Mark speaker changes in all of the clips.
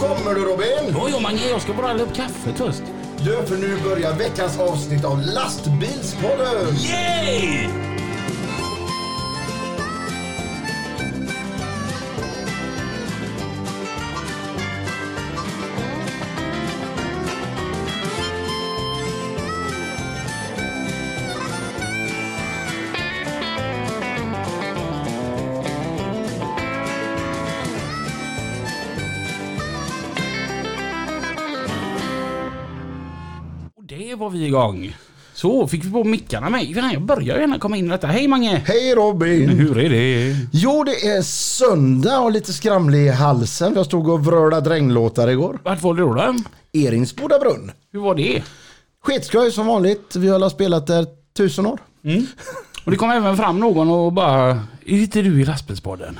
Speaker 1: kommer du Robin?
Speaker 2: Jo, jo, men jag ska bara hälla upp kaffet först.
Speaker 1: Du, för nu börjar veckans avsnitt av Lastbilspodden!
Speaker 2: Yay! Och det var vi igång. Så, fick vi på mickarna med. Fan, Jag börjar gärna komma in i detta. Hej Mange!
Speaker 1: Hej Robin!
Speaker 2: Hur är det?
Speaker 1: Jo, det är söndag och lite skramlig i halsen. Jag stod och vrölade dränglåtar igår.
Speaker 2: Vart var du då, då?
Speaker 1: Eringsboda brunn.
Speaker 2: Hur var det?
Speaker 1: Skitskoj som vanligt. Vi har alla spelat där tusen år.
Speaker 2: Och det kom även fram någon och bara, är inte du i lastbilspodden?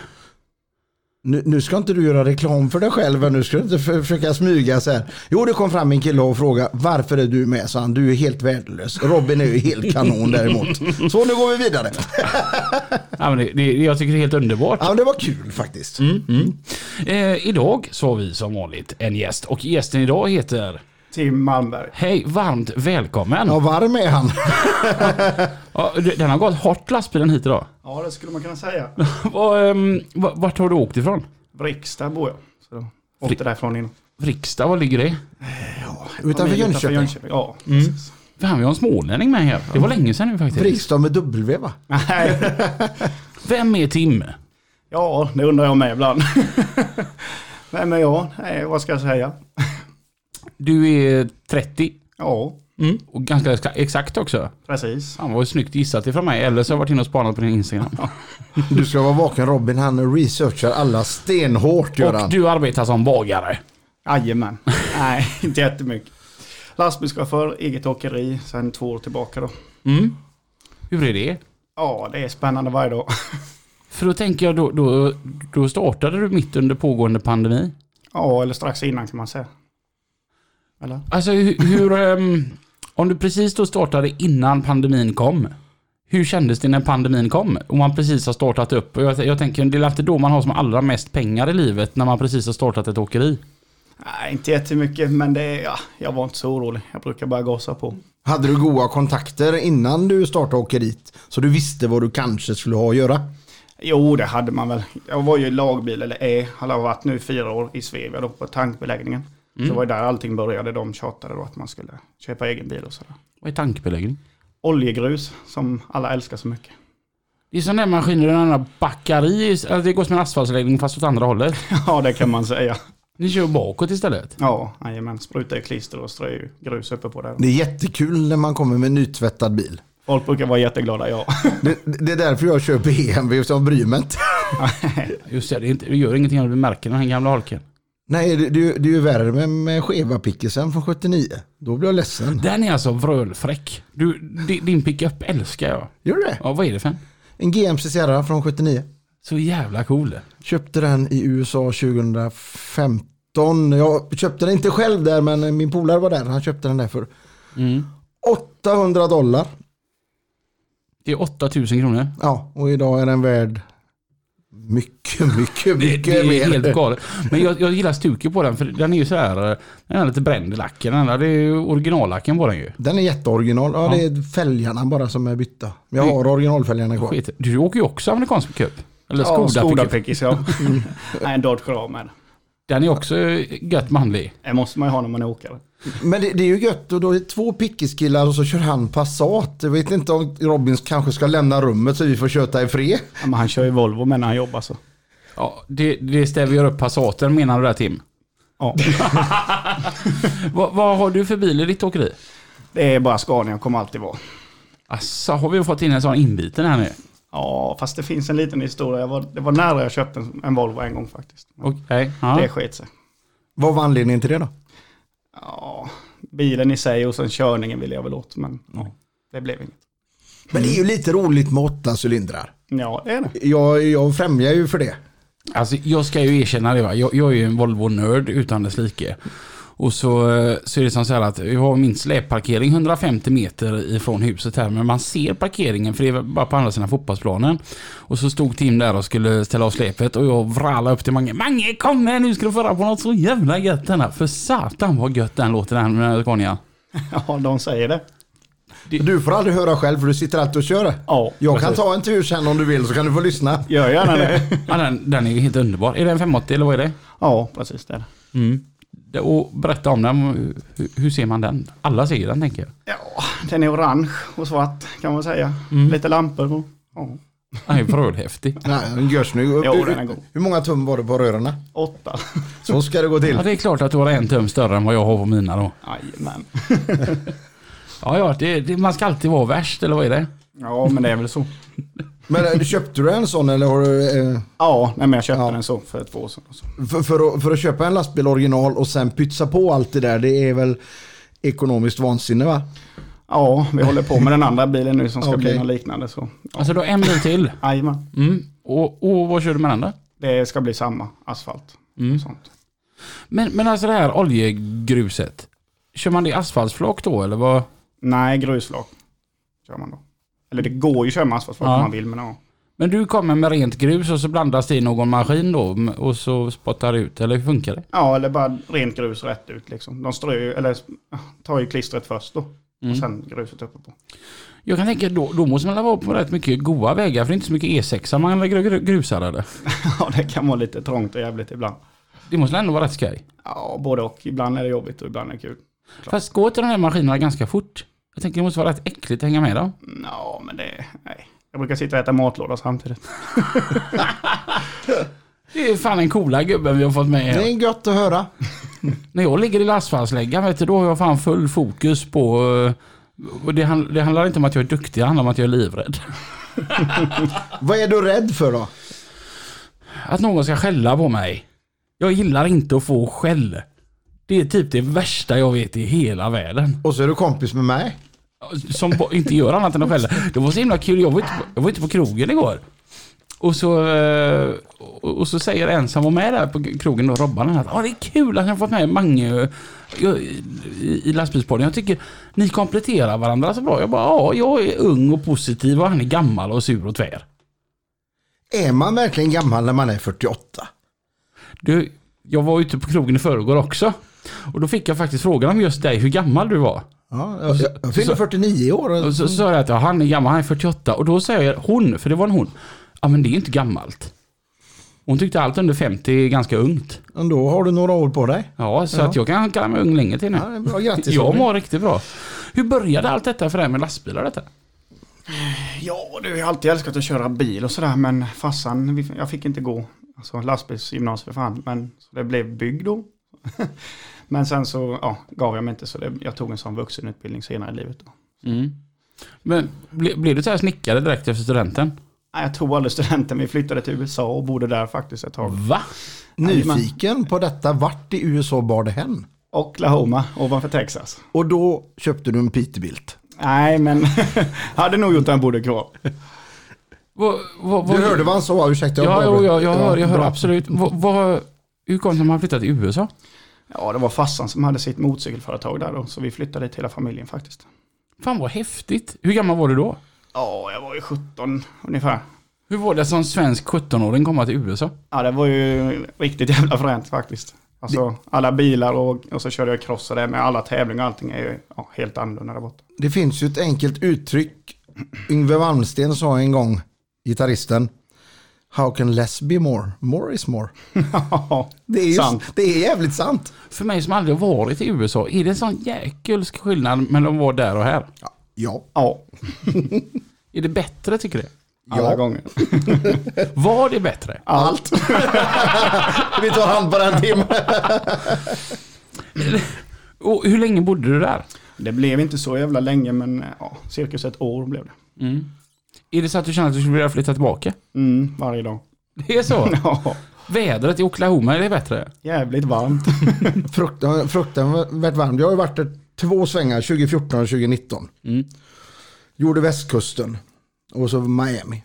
Speaker 1: Nu, nu ska inte du göra reklam för dig själv, och nu ska du inte för, försöka smyga så här. Jo, det kom fram en kille och frågade varför är du med? Så han, du är helt värdelös. Robin är ju helt kanon däremot. Så nu går vi vidare.
Speaker 2: Ja, men det, det, jag tycker det är helt underbart.
Speaker 1: Ja, men det var kul faktiskt.
Speaker 2: Eh, idag så har vi som vanligt en gäst och gästen idag heter
Speaker 3: Tim Malmberg.
Speaker 2: Hej, varmt välkommen.
Speaker 1: Ja, varm är han.
Speaker 2: Ja, d- den har gått hårt lastbilen hit idag.
Speaker 3: Ja, det skulle man kunna säga.
Speaker 2: Var, ehm, va- vart har du åkt ifrån?
Speaker 3: Vriksta bor jag. Så då åkte därifrån innan.
Speaker 2: Rikstad, var ligger det?
Speaker 1: Utanför
Speaker 3: Familj
Speaker 1: Jönköping. Mm.
Speaker 3: Ja, precis.
Speaker 2: Fan, vi har en smålänning med här. Det var länge sedan nu faktiskt.
Speaker 1: Vrigstad med W va?
Speaker 3: Nej.
Speaker 2: Vem är Tim?
Speaker 3: Ja, det undrar jag med ibland. Vem är jag? Nej, vad ska jag säga?
Speaker 2: Du är 30.
Speaker 3: Ja,
Speaker 1: Mm.
Speaker 2: Och ganska exa- exakt också.
Speaker 3: precis.
Speaker 2: Fan vad snyggt gissat ifrån mig. Eller så har jag varit inne och spanat på din Instagram.
Speaker 1: Du ska vara vaken Robin, han researchar alla stenhårt gör han.
Speaker 2: och du arbetar som bagare.
Speaker 3: Jajamän. Nej, inte jättemycket. Lastbilschaufför, eget åkeri, sen två år tillbaka då.
Speaker 2: Hur är det?
Speaker 3: Ja, det är spännande varje dag.
Speaker 2: För då tänker jag, då, då, då startade du mitt under pågående pandemi.
Speaker 3: Ja, eller strax innan kan man säga. Eller?
Speaker 2: Alltså hur, hur ehm, om du precis då startade innan pandemin kom. Hur kändes det när pandemin kom? Och man precis har startat upp. Och jag, jag tänker, det är alltid då man har som allra mest pengar i livet, när man precis har startat ett åkeri.
Speaker 3: Nej, inte jättemycket, men det, ja, jag var inte så orolig. Jag brukar bara gasa på.
Speaker 1: Hade du goda kontakter innan du startade åkeriet? Så du visste vad du kanske skulle ha att göra?
Speaker 3: Jo, det hade man väl. Jag var ju i lagbil, eller är, har jag varit nu i fyra år i Svevia då på tankbeläggningen. Så det var ju där allting började. De tjatade då att man skulle köpa egen bil och sådär.
Speaker 2: Vad är tankebeläggning?
Speaker 3: Oljegrus som alla älskar så mycket.
Speaker 2: Det är sådana där maskiner där den här backar i. Alltså, det går som en asfaltsläggning fast åt andra hållet.
Speaker 3: ja, det kan man säga.
Speaker 2: Ni kör bakåt istället.
Speaker 3: Ja, jajamän. Spruta i klister och strö ju grus uppe på det.
Speaker 1: Det är jättekul när man kommer med en nytvättad bil.
Speaker 3: Folk brukar vara jätteglada, ja.
Speaker 1: Det, det är därför jag kör BMW, som bryr mig inte.
Speaker 2: Just det, det, är inte, det gör ingenting om du märker den här gamla holken.
Speaker 1: Nej, det, det, är ju- det är ju värre med, med skeva pickisen från 79. Då blir jag ledsen.
Speaker 2: Den är alltså vrölfräck. Du, di- din pickup älskar jag.
Speaker 1: Gör du det?
Speaker 2: Ja, vad är det för en?
Speaker 1: En GMC Sierra från 79.
Speaker 2: Så jävla cool.
Speaker 1: Köpte den i USA 2015. Jag köpte den inte själv där men min polare var där. Han köpte den där för
Speaker 2: Mm.
Speaker 1: 800 dollar.
Speaker 2: Det är 8000 kronor.
Speaker 1: Ja, och idag är den värd mycket, mycket,
Speaker 2: Det,
Speaker 1: mycket
Speaker 2: det är
Speaker 1: mer.
Speaker 2: helt galet. Men jag, jag gillar stuket på den för den är ju så här, eh, den är lite bränd i lacken. Den där, det är ju originallacken på den ju.
Speaker 1: Den är jätteoriginal. Ja, det är fälgarna bara som är bytta. Men jag har originalfälgarna kvar.
Speaker 2: Skit. Du åker ju också amerikansk pickup. Eller Skoda,
Speaker 3: ja, Skoda
Speaker 2: pickup.
Speaker 3: pickis, ja. Nej, en Dodge Ram
Speaker 2: Den är också eh, gött manlig.
Speaker 3: Det måste man ju ha när man är åkare.
Speaker 1: Men det, det är ju gött och då är det två pickiskillar och så kör han Passat. Jag vet inte om Robin kanske ska lämna rummet så vi får köta i fred.
Speaker 3: Ja, men han kör ju Volvo med när han jobbar så.
Speaker 2: Ja, det, det ställer ju upp Passaten menar du där Tim?
Speaker 3: Ja.
Speaker 2: Vad- vad har du för bil i ditt åkeri?
Speaker 3: Det är bara Scania kommer alltid vara.
Speaker 2: Asså, har vi fått in en sån inbiten här nu?
Speaker 3: Ja, fast det finns en liten historia. Jag var, det var nära jag köpte en, en Volvo en gång faktiskt. Men
Speaker 2: Okej. Ja.
Speaker 3: Det sket sig.
Speaker 1: Vad var anledningen till det
Speaker 2: Mm.
Speaker 1: då?
Speaker 3: Ja, bilen i sig och sen körningen ville jag väl åt, men ja, det blev inget.
Speaker 1: Men det är ju lite roligt med åtta cylindrar.
Speaker 3: Ja, det är det.
Speaker 1: Jag, jag främjar ju för det.
Speaker 2: Alltså, jag ska ju erkänna det va. Jag, jag är ju en Volvo-nörd utan dess like. Och så, eh, så är det som så här att vi har min släpparkering 150 meter ifrån huset här. Men man ser parkeringen för det är bara på andra sidan fotbollsplanen. Och så stod Tim där och skulle ställa av släpet och jag vrallade upp till Mange. Mange kom här nu ska du föra på något så jävla gött denna. För satan vad gött den låter den med Scania.
Speaker 3: Ja, de säger det.
Speaker 1: Du får aldrig höra själv för du sitter alltid och kör.
Speaker 3: Ja,
Speaker 1: Jag kan
Speaker 3: precis.
Speaker 1: ta en tur sen om du vill så kan du få lyssna.
Speaker 3: Gör gärna det.
Speaker 2: Ja, den, den är ju helt underbar. Är det en 580 eller vad är det?
Speaker 3: Ja, precis det.
Speaker 2: Det- Och berätta om den. Hur, hur ser man den? Alla ser ju den tänker jag.
Speaker 3: Ja, den är orange och svart kan man säga. Lite lampor på. Ja,
Speaker 2: Den är förhäftig.
Speaker 1: Nej, den görs nu.
Speaker 3: Jo, den är god.
Speaker 1: Hur många tum var det på rören?
Speaker 3: åtta.
Speaker 1: Så ska det gå
Speaker 2: Ja,
Speaker 1: till.
Speaker 2: det är klart att du har en tum större än vad jag har på mina då.
Speaker 3: Jajamän.
Speaker 2: Ja, ja, det, det, man ska alltid vara värst eller vad är det?
Speaker 3: Ja, men det är väl så.
Speaker 1: Men eh, köpte du en sån eller har du... Eh,
Speaker 3: Ja, nej, men jag köpte
Speaker 1: Ja.
Speaker 3: den så för två år sedan. och Så.
Speaker 1: för, för, att, för att köpa en lastbil original och sen pytsa på allt det där, det är väl ekonomiskt vansinne va?
Speaker 3: Ja, vi håller på med den andra bilen nu som ska
Speaker 1: Okej.
Speaker 3: bli något liknande. Så.
Speaker 2: Alltså du har en bil till.
Speaker 3: Jajamän.
Speaker 2: Mm. Och, och vad kör du med den då?
Speaker 3: Det ska bli samma asfalt.
Speaker 2: Mm.
Speaker 3: Och sånt.
Speaker 2: Men, men alltså det här oljegruset. Kör man det i asfaltsflak då eller vad?
Speaker 3: Nej, grusflak kör man då. Eller det går ju att köra med asfaltflak
Speaker 2: Ja.
Speaker 3: om man vill, men ja.
Speaker 2: Men du kommer med rent grus och så blandas det i någon maskin då m- och så spottar det ut eller hur funkar det?
Speaker 3: Ja, eller bara rent grus rätt ut liksom. De strör ju, eller äh, tar ju klistret först då.
Speaker 2: Mm.
Speaker 3: Och sen gruset uppe på.
Speaker 2: Jag kan tänka då, då måste man väl vara på rätt mycket goa vägar för det är inte så mycket E6 man gru- gru- grusar eller?
Speaker 3: Ja, det kan vara lite trångt och jävligt ibland.
Speaker 2: Det måste ändå vara rätt skoj.
Speaker 3: Ja, både och. Ibland är det jobbigt och ibland är det kul.
Speaker 2: Fast gå till de här maskinerna ganska fort. Jag tänker det måste vara rätt äckligt att hänga med dem.
Speaker 3: Ja, men det... Nej. Jag brukar sitta och äta matlåda samtidigt.
Speaker 2: Det är fan den coola gubben vi har fått med här.
Speaker 1: Det är gött att höra.
Speaker 2: När jag ligger i asfaltsläggan vet du, då har jag fan full fokus på... eh, Och det, handl- det handlar inte om att jag är duktig, det handlar om att jag är livrädd.
Speaker 1: Vad är du rädd för då?
Speaker 2: Att någon ska skälla på mig. Jag gillar inte att få skäll. Det är typ det värsta jag vet i hela världen.
Speaker 1: Och så är du kompis med mig.
Speaker 2: Som bo- inte gör annat än att skälla. Det var så himla kul, jag var inte på, jag var inte på krogen igår. Och så, eh, och och så säger en som var med där på krogen, då, Robban, att ah, det är kul att ni har fått med Mange eh, jag- i i lastbilspodden. Jag tycker ni kompletterar varandra så bra. Jag bara, ja, jag är ung och positiv och han är gammal och sur och tvär.
Speaker 1: Är man verkligen gammal när man är 48?
Speaker 2: Du, jag var ute på krogen i förrgår också. Och då fick jag faktiskt frågan om just dig, hur gammal du var.
Speaker 1: Ja, jag, jag fyller 49 i år.
Speaker 2: Och så så sa jag att ja, han är gammal, han är 48. Och då säger hon, för det var en hon, ja men det är inte gammalt. Hon tyckte allt under 50 är ganska ungt.
Speaker 1: Men Då har du några år på dig.
Speaker 2: Ja, så att jag kan kalla mig ung länge till nu.
Speaker 1: Ja, det är bra, grattis.
Speaker 2: jag mår riktigt bra. Hur började allt detta för dig med lastbilar detta?
Speaker 3: Ja, du, jag har alltid älskat att köra bil och sådär, men farsan, vi- jag fick inte gå alltså, lastbilsgymnasiet för fan, men så det blev bygg då. men sen så ja, gav jag mig inte, så det, jag tog en sån vuxenutbildning senare i livet. Då.
Speaker 2: Men ble, blev du så här snickare direkt efter studenten?
Speaker 3: Nej, jag tog aldrig studenten, vi flyttade till USA och bodde där faktiskt ett tag.
Speaker 2: Va?
Speaker 1: Nyfiken på detta, vart i USA bar det hän?
Speaker 3: Oklahoma, ovanför Texas.
Speaker 1: Och då köpte du en Peterbilt.
Speaker 3: Nej, men hade nog gjort att han bodde kvar.
Speaker 2: Vad- vad-
Speaker 1: Du
Speaker 2: vad-
Speaker 1: hörde vad han sa, ursäkta.
Speaker 2: Ja,
Speaker 1: bara-
Speaker 2: jo, jag, jag hör, jag hör
Speaker 1: bra.
Speaker 2: absolut. Vad, vad, hur kom det sig att man flyttade till USA?
Speaker 3: Ja, det var farsan som hade sitt motorcykelföretag där då, så vi flyttade dit hela familjen faktiskt.
Speaker 2: Fan vad häftigt. Hur gammal var du då?
Speaker 3: Ja, jag var ju 17 ungefär.
Speaker 2: Hur var det som svensk 17-åring komma till USA?
Speaker 3: Ja, det var ju riktigt jävla fränt faktiskt. Alltså alla bilar och, och så körde jag cross och det med alla tävlingar och allting är ju ja, helt annorlunda där borta.
Speaker 1: Det finns ju ett enkelt uttryck. Yngve Malmsten sa en gång, gitarristen. How can less be more? More is more. Det är, ju,
Speaker 3: Sant.
Speaker 1: det är jävligt sant.
Speaker 2: För mig som aldrig varit i USA, är det en sån jäkelsk skillnad mellan att vara där och här?
Speaker 1: Ja.
Speaker 3: Ja,
Speaker 2: Är det bättre tycker du?
Speaker 3: alla
Speaker 1: Ja.
Speaker 3: gånger.
Speaker 2: Var det bättre?
Speaker 1: Allt. Vi tar hand på den timmen.
Speaker 2: Och hur länge bodde du där?
Speaker 3: Det blev inte så jävla länge men ja, cirkus ett år blev det.
Speaker 2: Är det så att du känner att du skulle vilja flytta tillbaka?
Speaker 3: Mm, varje dag.
Speaker 2: Det är så?
Speaker 3: Ja,
Speaker 2: Vädret i Oklahoma, är det bättre?
Speaker 3: jävligt varmt.
Speaker 1: Fruktan, fruktansvärt varmt. Jag har ju varit där två svängar, 2014 och 2019.
Speaker 2: Mm. Mm.
Speaker 1: Gjorde västkusten och så Miami.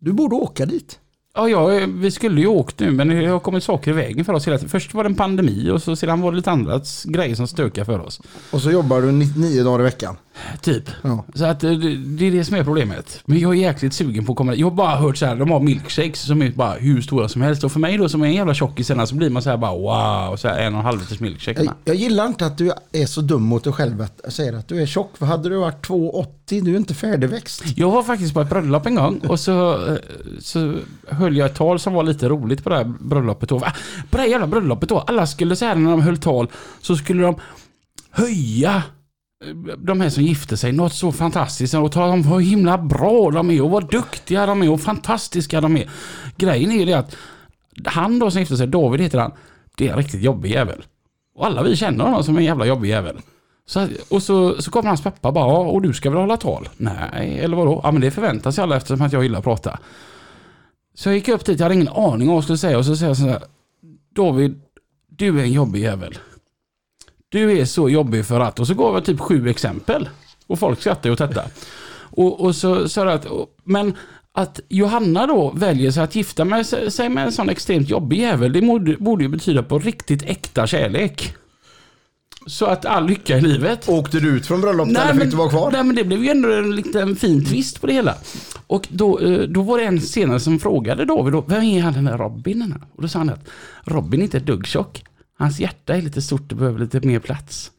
Speaker 1: Du borde åka dit.
Speaker 2: Ja, ja, vi skulle ju åkt nu men det har kommit saker i vägen för oss hela tiden. Först var det en pandemi och så sedan var det lite andra s- grejer som stökade för oss.
Speaker 1: Och så jobbar du 99 dagar i veckan.
Speaker 2: Typ.
Speaker 1: Ja.
Speaker 2: Så att eh, det, det är det som är problemet. Men jag är jäkligt sugen på att komma Jag har bara hört så här, de har milkshakes som är bara hur stora som helst. Och för mig då som är en jävla tjockis sedan så blir man så här bara wow. Så här en och en halv liters milkshake.
Speaker 1: Jag, jag gillar inte att du är så dum mot dig själv att säger att du är tjock. För hade du varit 2,80, du är inte färdigväxt.
Speaker 2: Jag var faktiskt på ett bröllop en gång och så, eh, så höll jag ett tal som var lite roligt på det här bröllopet då. Va? På det här jävla bröllopet då. Alla skulle så här när de höll tal så skulle de höja eh, de här som gifte sig något så fantastiskt och tala om hur himla bra de är och vad duktiga de är och fantastiska de är. Grejen är ju det att han då som gifte sig, David heter han, det är en riktigt jobbig jävel. Och alla vi känner honom som en jävla jobbig jävel. Så, och så, så kommer hans pappa bara, "Ja, och du ska väl hålla tal? Nej, eller vadå? Ja men det förväntar sig alla eftersom att jag gillar att prata. Så jag gick upp dit, jag hade ingen aning om vad jag skulle säga och så säger jag så här, David, du är en jobbig jävel. Du är så jobbig för att, och så gav jag typ sju exempel. Och folk skrattade åt detta. Och, och så sa jag att, och- men att Johanna då väljer sig att gifta med, sig med en sån extremt jobbig jävel, det borde, borde ju betyda på riktigt äkta kärlek. Så att all lycka i livet.
Speaker 1: Åkte du ut från bröllopet eller fick du vara kvar?
Speaker 2: Nej men det blev ju ändå en liten fin twist på det hela. Och då, eh, då var det en senare som frågade David då, vem är han den där Robin? den här?" Och då sa han att Robin är inte ett dugg tjock. Hans hjärta är lite stort och behöver lite mer plats.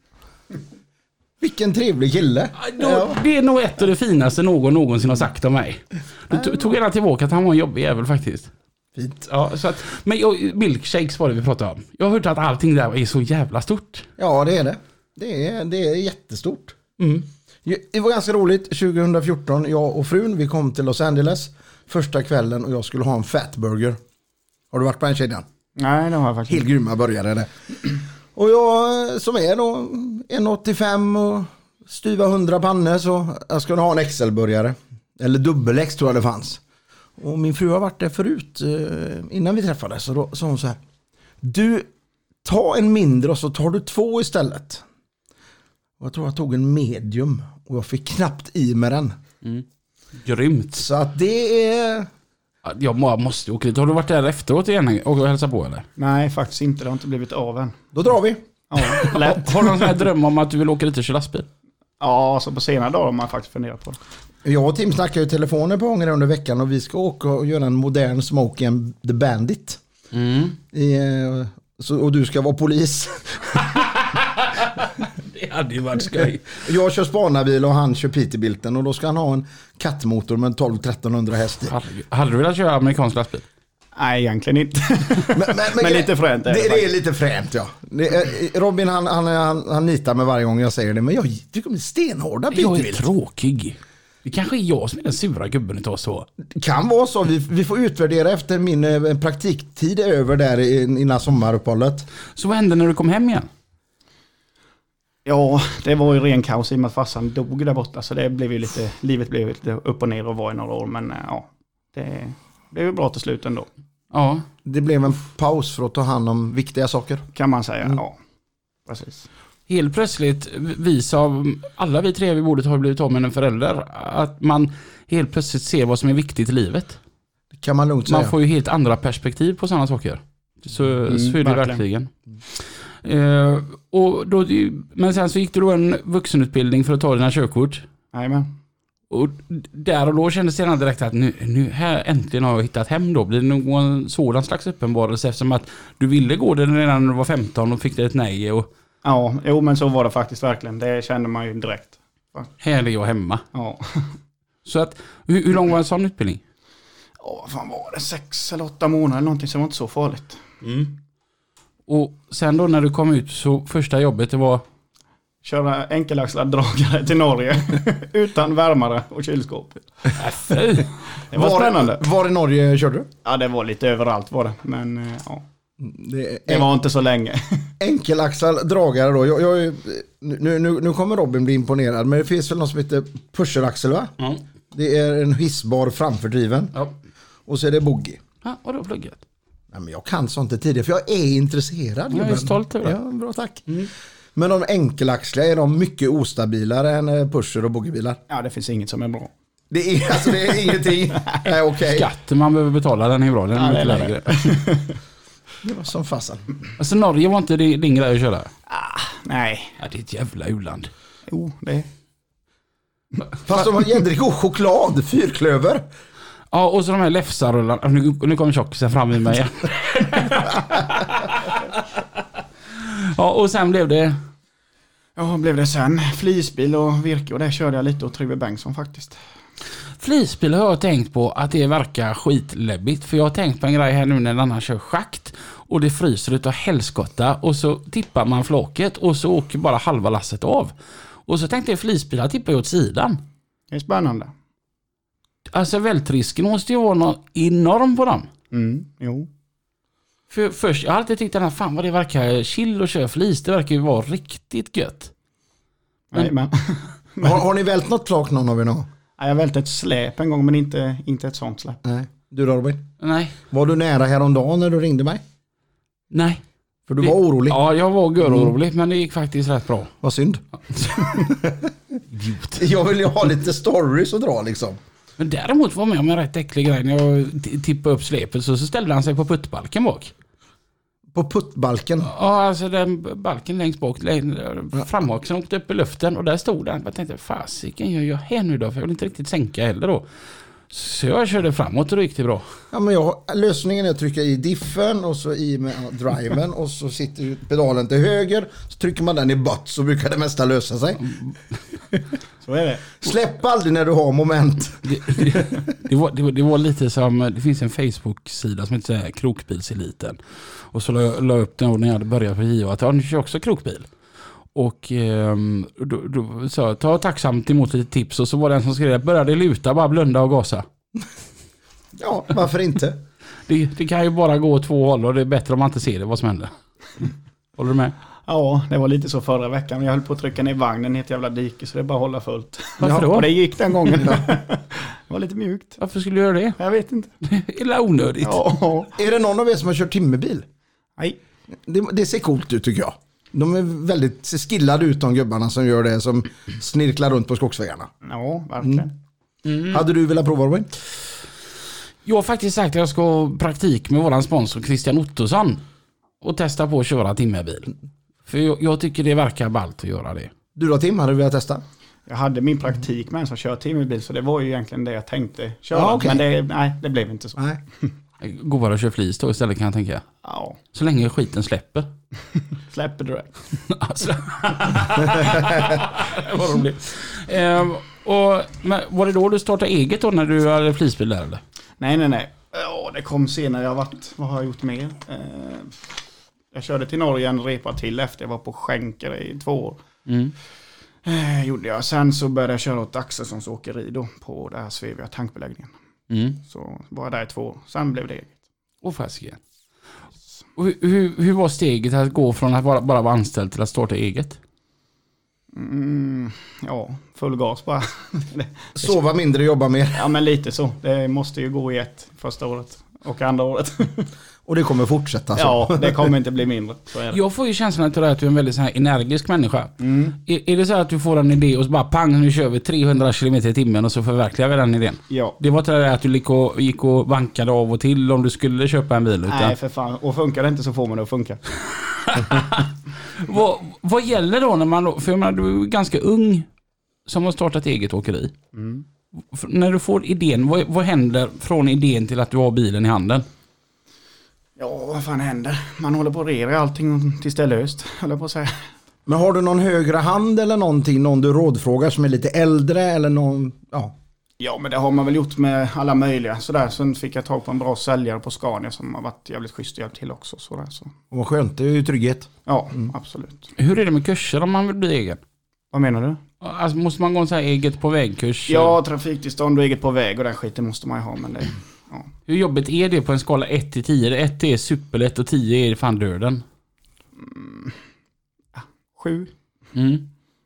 Speaker 1: Vilken trevlig kille.
Speaker 2: Då,
Speaker 1: Ja.
Speaker 2: Det är nog ett av det finaste någon någonsin har sagt om mig. Då to- tog han tillbaka att han var en jobbig jävel faktiskt.
Speaker 1: Fint.
Speaker 2: Ja, så att, men jag, milkshakes var det vi pratade om. Jag har hört att allting där är så jävla stort.
Speaker 1: Ja, det är det. Det är, det är jättestort. Det var ganska roligt. 2014, jag och frun, vi kom till Los Angeles första kvällen och jag skulle ha en fatburger. Har du varit på den kedjan?
Speaker 3: Nej, det har jag faktiskt
Speaker 1: Helt
Speaker 3: inte.
Speaker 1: grymma burgare det. Och jag som är då 1,85 och styva 100 pannor så jag skulle ha en XL-burgare. Eller dubbel-X tror jag det fanns. Och min fru har varit där förut eh, innan vi träffades. Så då sa hon så här. Du, ta en mindre och så tar du två istället. Och jag tror jag tog en medium och jag fick knappt i mig den.
Speaker 2: Grymt.
Speaker 1: Så att det är...
Speaker 2: Ja, Jag må- måste åka dit. Har du varit där efteråt igen och hälsat på eller?
Speaker 3: Nej, faktiskt inte. Det har inte blivit av än.
Speaker 1: Då drar vi.
Speaker 3: Ja, lätt.
Speaker 2: Har du någon sån här dröm om att du vill åka dit och köra lastbil?
Speaker 3: Ja, så på senare dagar har man faktiskt funderat på det.
Speaker 1: Jag och Tim snackade ju i telefonen på gånger under veckan och vi ska åka och göra en modern Smokey and the Bandit.
Speaker 3: Mm.
Speaker 1: I, eh, så, och du ska vara polis.
Speaker 2: Det hade ju varit skoj.
Speaker 1: Jag kör spanarbil och han kör Peterbilten och då ska han ha en kattmotor med 12-1300 häst i.
Speaker 2: Hade- Hade du velat köra amerikansk lastbil?
Speaker 3: Nej, egentligen inte.
Speaker 1: Men, men- men-
Speaker 3: Men lite fränt
Speaker 1: det.
Speaker 3: är det
Speaker 1: Det, är
Speaker 3: faktiskt.
Speaker 1: lite fränt ja. Det, är- eh, Robin han, han, han, han nitar mig varje gång jag säger det men jag tycker de är stenhårda
Speaker 2: Jag är
Speaker 1: Peterbilt.
Speaker 2: tråkig. Det kanske är jag som är den sura gubben utav oss två.
Speaker 1: Det kan vara så. Vi, vi får utvärdera efter min eh, praktiktid är över där i- innan sommaruppehållet.
Speaker 2: Så vad hände när du kom hem igen?
Speaker 3: Ja, det var ju ren kaos i och med att farsan dog där borta. Så det blev ju lite, livet blev lite upp och ner och var i några år. Men eh, ja, det blev ju bra till slut ändå.
Speaker 2: Ja.
Speaker 1: Det blev en paus för att ta hand om viktiga saker.
Speaker 3: Kan man säga. Ja, precis.
Speaker 2: Helt plötsligt, vi som, alla vi tre vid bordet har blivit av med en förälder. Att man helt plötsligt ser vad som är viktigt i livet.
Speaker 1: Det kan man lugnt säga.
Speaker 2: Man får ju helt andra perspektiv på sådana saker. Så, så är det Mm, verkligen.
Speaker 3: verkligen.
Speaker 2: Eh, och då, men sen så gick du då en vuxenutbildning för att ta dina körkort.
Speaker 3: Jajamän.
Speaker 2: Och där och då kändes det redan direkt att nu, nu här äntligen har jag hittat hem då. Blir det någon sådan slags uppenbarelse eftersom att du ville gå den redan när du var 15 och fick det ett nej och
Speaker 3: Ja, jo men så var det faktiskt verkligen. Det kände man ju direkt.
Speaker 2: här är jag hemma.
Speaker 3: Ja,
Speaker 2: Så att, hur, hur lång var en sån utbildning?
Speaker 3: ja vad fan var det? Sex eller åtta månader eller någonting, så det var inte så farligt.
Speaker 2: Och sen då när du kom ut så första jobbet det var
Speaker 3: Köra enkelaxlad dragare till Norge utan värmare och kylskåp.
Speaker 2: äh, fy.
Speaker 3: Det var, spännande.
Speaker 1: Var i Norge körde du?
Speaker 3: Ja, det var lite överallt var det. Men eh, ja,
Speaker 1: Det
Speaker 3: det var inte så länge.
Speaker 1: Enkelaxlad dragare då. Jag, jag, nu, nu, nu kommer Robin bli imponerad men det finns väl något som heter pusheraxel va?
Speaker 2: Ja.
Speaker 1: Det är en hissbar framfördriven
Speaker 2: Ja.
Speaker 1: och så är det boogie.
Speaker 2: Ja, och då plugget.
Speaker 1: Nej, men jag kan sånt inte tidigare för jag är intresserad.
Speaker 2: Jag är
Speaker 1: gubben.
Speaker 2: stolt över det. Mm.
Speaker 1: Ja, bra tack. Men de enkelaxliga är de mycket ostabilare än eh, pusher och boogiebilar.
Speaker 3: Ja, det finns inget som är bra.
Speaker 1: Det är, alltså, det är ingenting. Nej, okej.
Speaker 2: Skatten man behöver betala den är bra, den är
Speaker 3: Ja, det
Speaker 2: mycket
Speaker 3: är
Speaker 2: lägre.
Speaker 1: Det var som fasen.
Speaker 2: Alltså Norge var inte din din grej att köra?
Speaker 3: Nej,
Speaker 2: Ja, det är ett jävla u-land.
Speaker 3: jo det.
Speaker 1: Fast de har jädrigt god choklad, fyrklöver.
Speaker 2: Ja, och så de här läfsarullarna. Nu, nu kommer tjockisen fram i mig igen. ja, och sen blev det...
Speaker 3: Ja, blev det sen. Flisbil och virke och det körde jag lite och Tryggve Bengtsson faktiskt.
Speaker 2: Flisbil har jag tänkt på att det verkar skitläbbigt. För jag har tänkt på en grej här nu när en annan kör schakt och det fryser utav helskotta och så tippar man flåket och så åker bara halva lasset av. Och så tänkte jag flisbilar tippar ju åt sidan.
Speaker 3: Det är spännande.
Speaker 2: Alltså vältrisken måste ju vara någon enorm på dem.
Speaker 3: Mm, jo.
Speaker 2: För först, jag har alltid tyckt den här, fan vad det verkar chill att köra flis. Det verkar ju vara riktigt gött.
Speaker 3: Nej, men.
Speaker 1: Har, har ni vält något flak någon av er någon gång?
Speaker 3: Ja, jag välte ett släp en gång men inte, inte ett sånt släp.
Speaker 1: Nej. Du då Robin?
Speaker 2: Nej.
Speaker 1: Var du nära häromdagen när du ringde mig?
Speaker 2: Nej.
Speaker 1: För du var orolig.
Speaker 2: Ja, jag var görorolig men det gick faktiskt rätt bra.
Speaker 1: Vad synd. Jag vill ju ha lite stories att dra liksom.
Speaker 2: Men däremot var jag med om en rätt äcklig grej när jag t- tippade upp släpet så, så ställde han sig på puttbalken bak.
Speaker 1: På puttbalken.
Speaker 2: Ja, alltså den b- balken längst bak, lä- framaxeln åkte upp i luften och där stod den. Jag tänkte, fasiken gör jag här nu då? För jag vill inte riktigt sänka heller då. Så jag körde framåt och då gick det bra.
Speaker 1: Ja, men jag, lösningen är att trycka i diffen och så i med ja, driven och så sitter ju pedalen till höger. Så trycker man den i butt så brukar det mesta lösa sig.
Speaker 3: Så är det.
Speaker 1: Släpp aldrig när du har moment.
Speaker 2: Det, det, det, var, det, var, det var lite som, det finns en Facebook-sida som heter så här, Krokbilseliten. Och så la jag la jag upp den och när jag hade börjat på JO att ja, nu kör jag också krokbil. Och ehm, då, då sa jag, ta tacksamt emot lite tips. Och så var det en som skrev, började luta, bara blunda och gasa.
Speaker 1: Ja, varför inte?
Speaker 2: Det, det kan ju bara gå åt två håll och det är bättre om man inte ser det vad som händer. Håller du med?
Speaker 3: Ja, det var lite så förra veckan. Jag höll på att trycka ner vagnen i ett jävla dike så det är bara att hålla fullt.
Speaker 2: Varför då?
Speaker 3: Och det gick den gången. det var lite mjukt.
Speaker 2: Varför skulle du göra det?
Speaker 3: Jag vet inte.
Speaker 2: Det är onödigt.
Speaker 3: Ja.
Speaker 1: Är det någon av er som har kört timmerbil?
Speaker 3: Nej.
Speaker 1: Det, det ser coolt ut tycker jag. De är väldigt ser skillade ut de gubbarna som gör det som snirklar runt på skogsvägarna.
Speaker 3: Ja, verkligen.
Speaker 1: Hade du velat prova Robin?
Speaker 2: Jag har faktiskt sagt att jag ska ha praktik med våran sponsor Christian Ottosson och testa på att köra timmerbil. För jag, jag tycker det verkar ballt att göra det.
Speaker 1: Du då Tim, hade du velat testa?
Speaker 3: Jag hade min praktik med en som kör timmerbil så det var ju egentligen det jag tänkte köra.
Speaker 1: Ja, okej.
Speaker 3: Men det, nej, det blev inte så.
Speaker 1: Nej.
Speaker 2: Gå bara och kör flis då istället kan jag tänka.
Speaker 3: Ja,
Speaker 2: Så länge skiten släpper.
Speaker 3: släpper direkt.
Speaker 2: Alltså. Vad roligt. Ehm, och, men var det då du startade eget då när du hade flisbil där eller?
Speaker 3: Nej, nej, nej. Ja, det kom senare. Jag har varit, vad har jag gjort mer? Eh, jag körde till Norge en repa till efter jag var på skänker i två år.
Speaker 2: Mm.
Speaker 3: Eh, gjorde jag. Sen så började jag köra åt Axelssons åkeri då på det här Svevia tankbeläggningen.
Speaker 2: Mm.
Speaker 3: Så var jag där i två år. Sen blev det eget.
Speaker 2: Och fasiken. Och hur, hur, hur var steget att gå från att bara, bara vara anställd till att starta eget?
Speaker 3: Mm, ja, full gas bara.
Speaker 1: Sova mindre, jobba mer.
Speaker 3: ja, men lite så. Det måste ju gå i ett första året och andra året.
Speaker 1: Och det kommer fortsätta så.
Speaker 3: Ja, det kommer inte bli mindre. Så är det.
Speaker 2: Jag får ju känslan att du är en väldigt så här energisk människa.
Speaker 3: Mm.
Speaker 2: Är, är det så här att du får en idé och så bara pang, nu kör vi 300 km i timmen och så förverkligar vi den idén?
Speaker 3: Ja.
Speaker 2: Det var inte det där att du gick och, gick och vankade av och till om du skulle köpa en bil. Utan,
Speaker 3: Nej, för fan. Och funkar det inte så får man det att funka.
Speaker 2: vad, vad gäller då när man, då- för jag menar, du är ganska ung som har startat eget åkeri.
Speaker 3: Mm.
Speaker 2: F- När du får idén, vad, vad händer från idén till att du har bilen i handen?
Speaker 3: Ja, vad fan händer? Man håller på att rera allting tills det är löst, höll jag på att säga.
Speaker 1: Men har du någon högre hand eller någonting, någon du rådfrågar som är lite äldre eller någon, ja.
Speaker 3: Ja, men det har man väl gjort med alla möjliga sådär. Sen fick jag tag på en bra säljare på Scania som har varit jävligt schysst och hjälpt till också. Sådär, så.
Speaker 1: Vad skönt, det är ju trygghet.
Speaker 3: Ja, absolut.
Speaker 2: Hur är det med kurser om man vill bli egen?
Speaker 3: Mm. Vad menar du?
Speaker 2: Alltså, måste man gå en sån här eget på vägkurs?
Speaker 3: Ja, trafiktillstånd och eget på väg och den skiten måste man ju ha, men det... Ja.
Speaker 2: Hur jobbigt är det på en skala 1 till 10? 1 är superlätt och 10 är fan döden.
Speaker 3: Sju.
Speaker 2: Mm.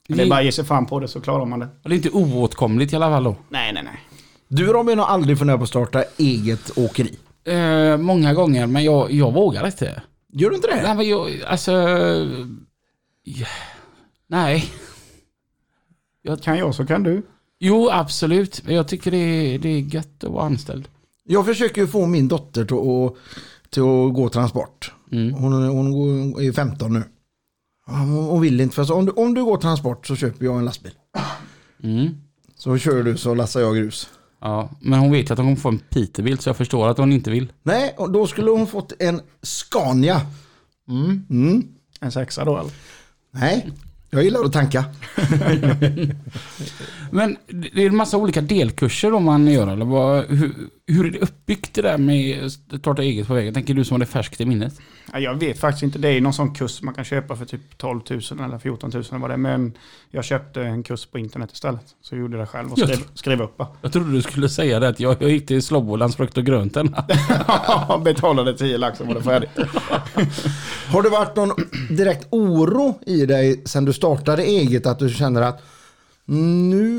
Speaker 3: Men
Speaker 2: Det,
Speaker 3: det är bara
Speaker 2: är,
Speaker 3: att ge sig fan på det så klarar man det.
Speaker 2: det är inte oåtkomligt i alla fall då.
Speaker 3: Nej, nej, nej.
Speaker 1: Du Robin har aldrig funderat på att starta eget åkeri.
Speaker 2: Eh, många gånger, men jag, jag vågar inte.
Speaker 1: Gör du inte det?
Speaker 2: Nej, men jag, alltså... ja, Nej.
Speaker 3: Kan jag så kan du.
Speaker 2: Jo, absolut. Jag tycker det är, det är gött att vara anställd.
Speaker 1: Jag försöker ju få min dotter till att, till att gå transport. Hon, hon går- är 15 nu. Hon, hon vill inte. För så, om, du, om du går transport så köper jag en lastbil.
Speaker 2: Mm.
Speaker 1: Så kör du så lassar jag grus.
Speaker 2: Ja, men hon vet ju att hon kommer få en Peterbilt så jag förstår att hon inte vill.
Speaker 1: Nej, och då skulle hon fått en Scania.
Speaker 3: En sexa då eller?
Speaker 1: Nej, jag gillar att tanka.
Speaker 2: Men det är en massa olika delkurser om man gör eller vad, hur, hur är det uppbyggt det där med att starta eget på vägen? Tänker du som har det färskt i minnet?
Speaker 3: Ja, jag vet faktiskt inte. Det är någon sån kurs man kan köpa för typ 12 000 eller 14 000 eller vad det är. Men jag köpte en kurs på internet istället. Så jag gjorde det själv och
Speaker 2: Jag
Speaker 3: skrev, skrev upp. va.
Speaker 2: Jag trodde du skulle säga det att jag, jag gick till Slobbolans frukt och grönt den.
Speaker 3: Betalade 10 lax och var det färdigt.
Speaker 1: Har det varit någon direkt oro i dig sen du startade eget att du känner att nu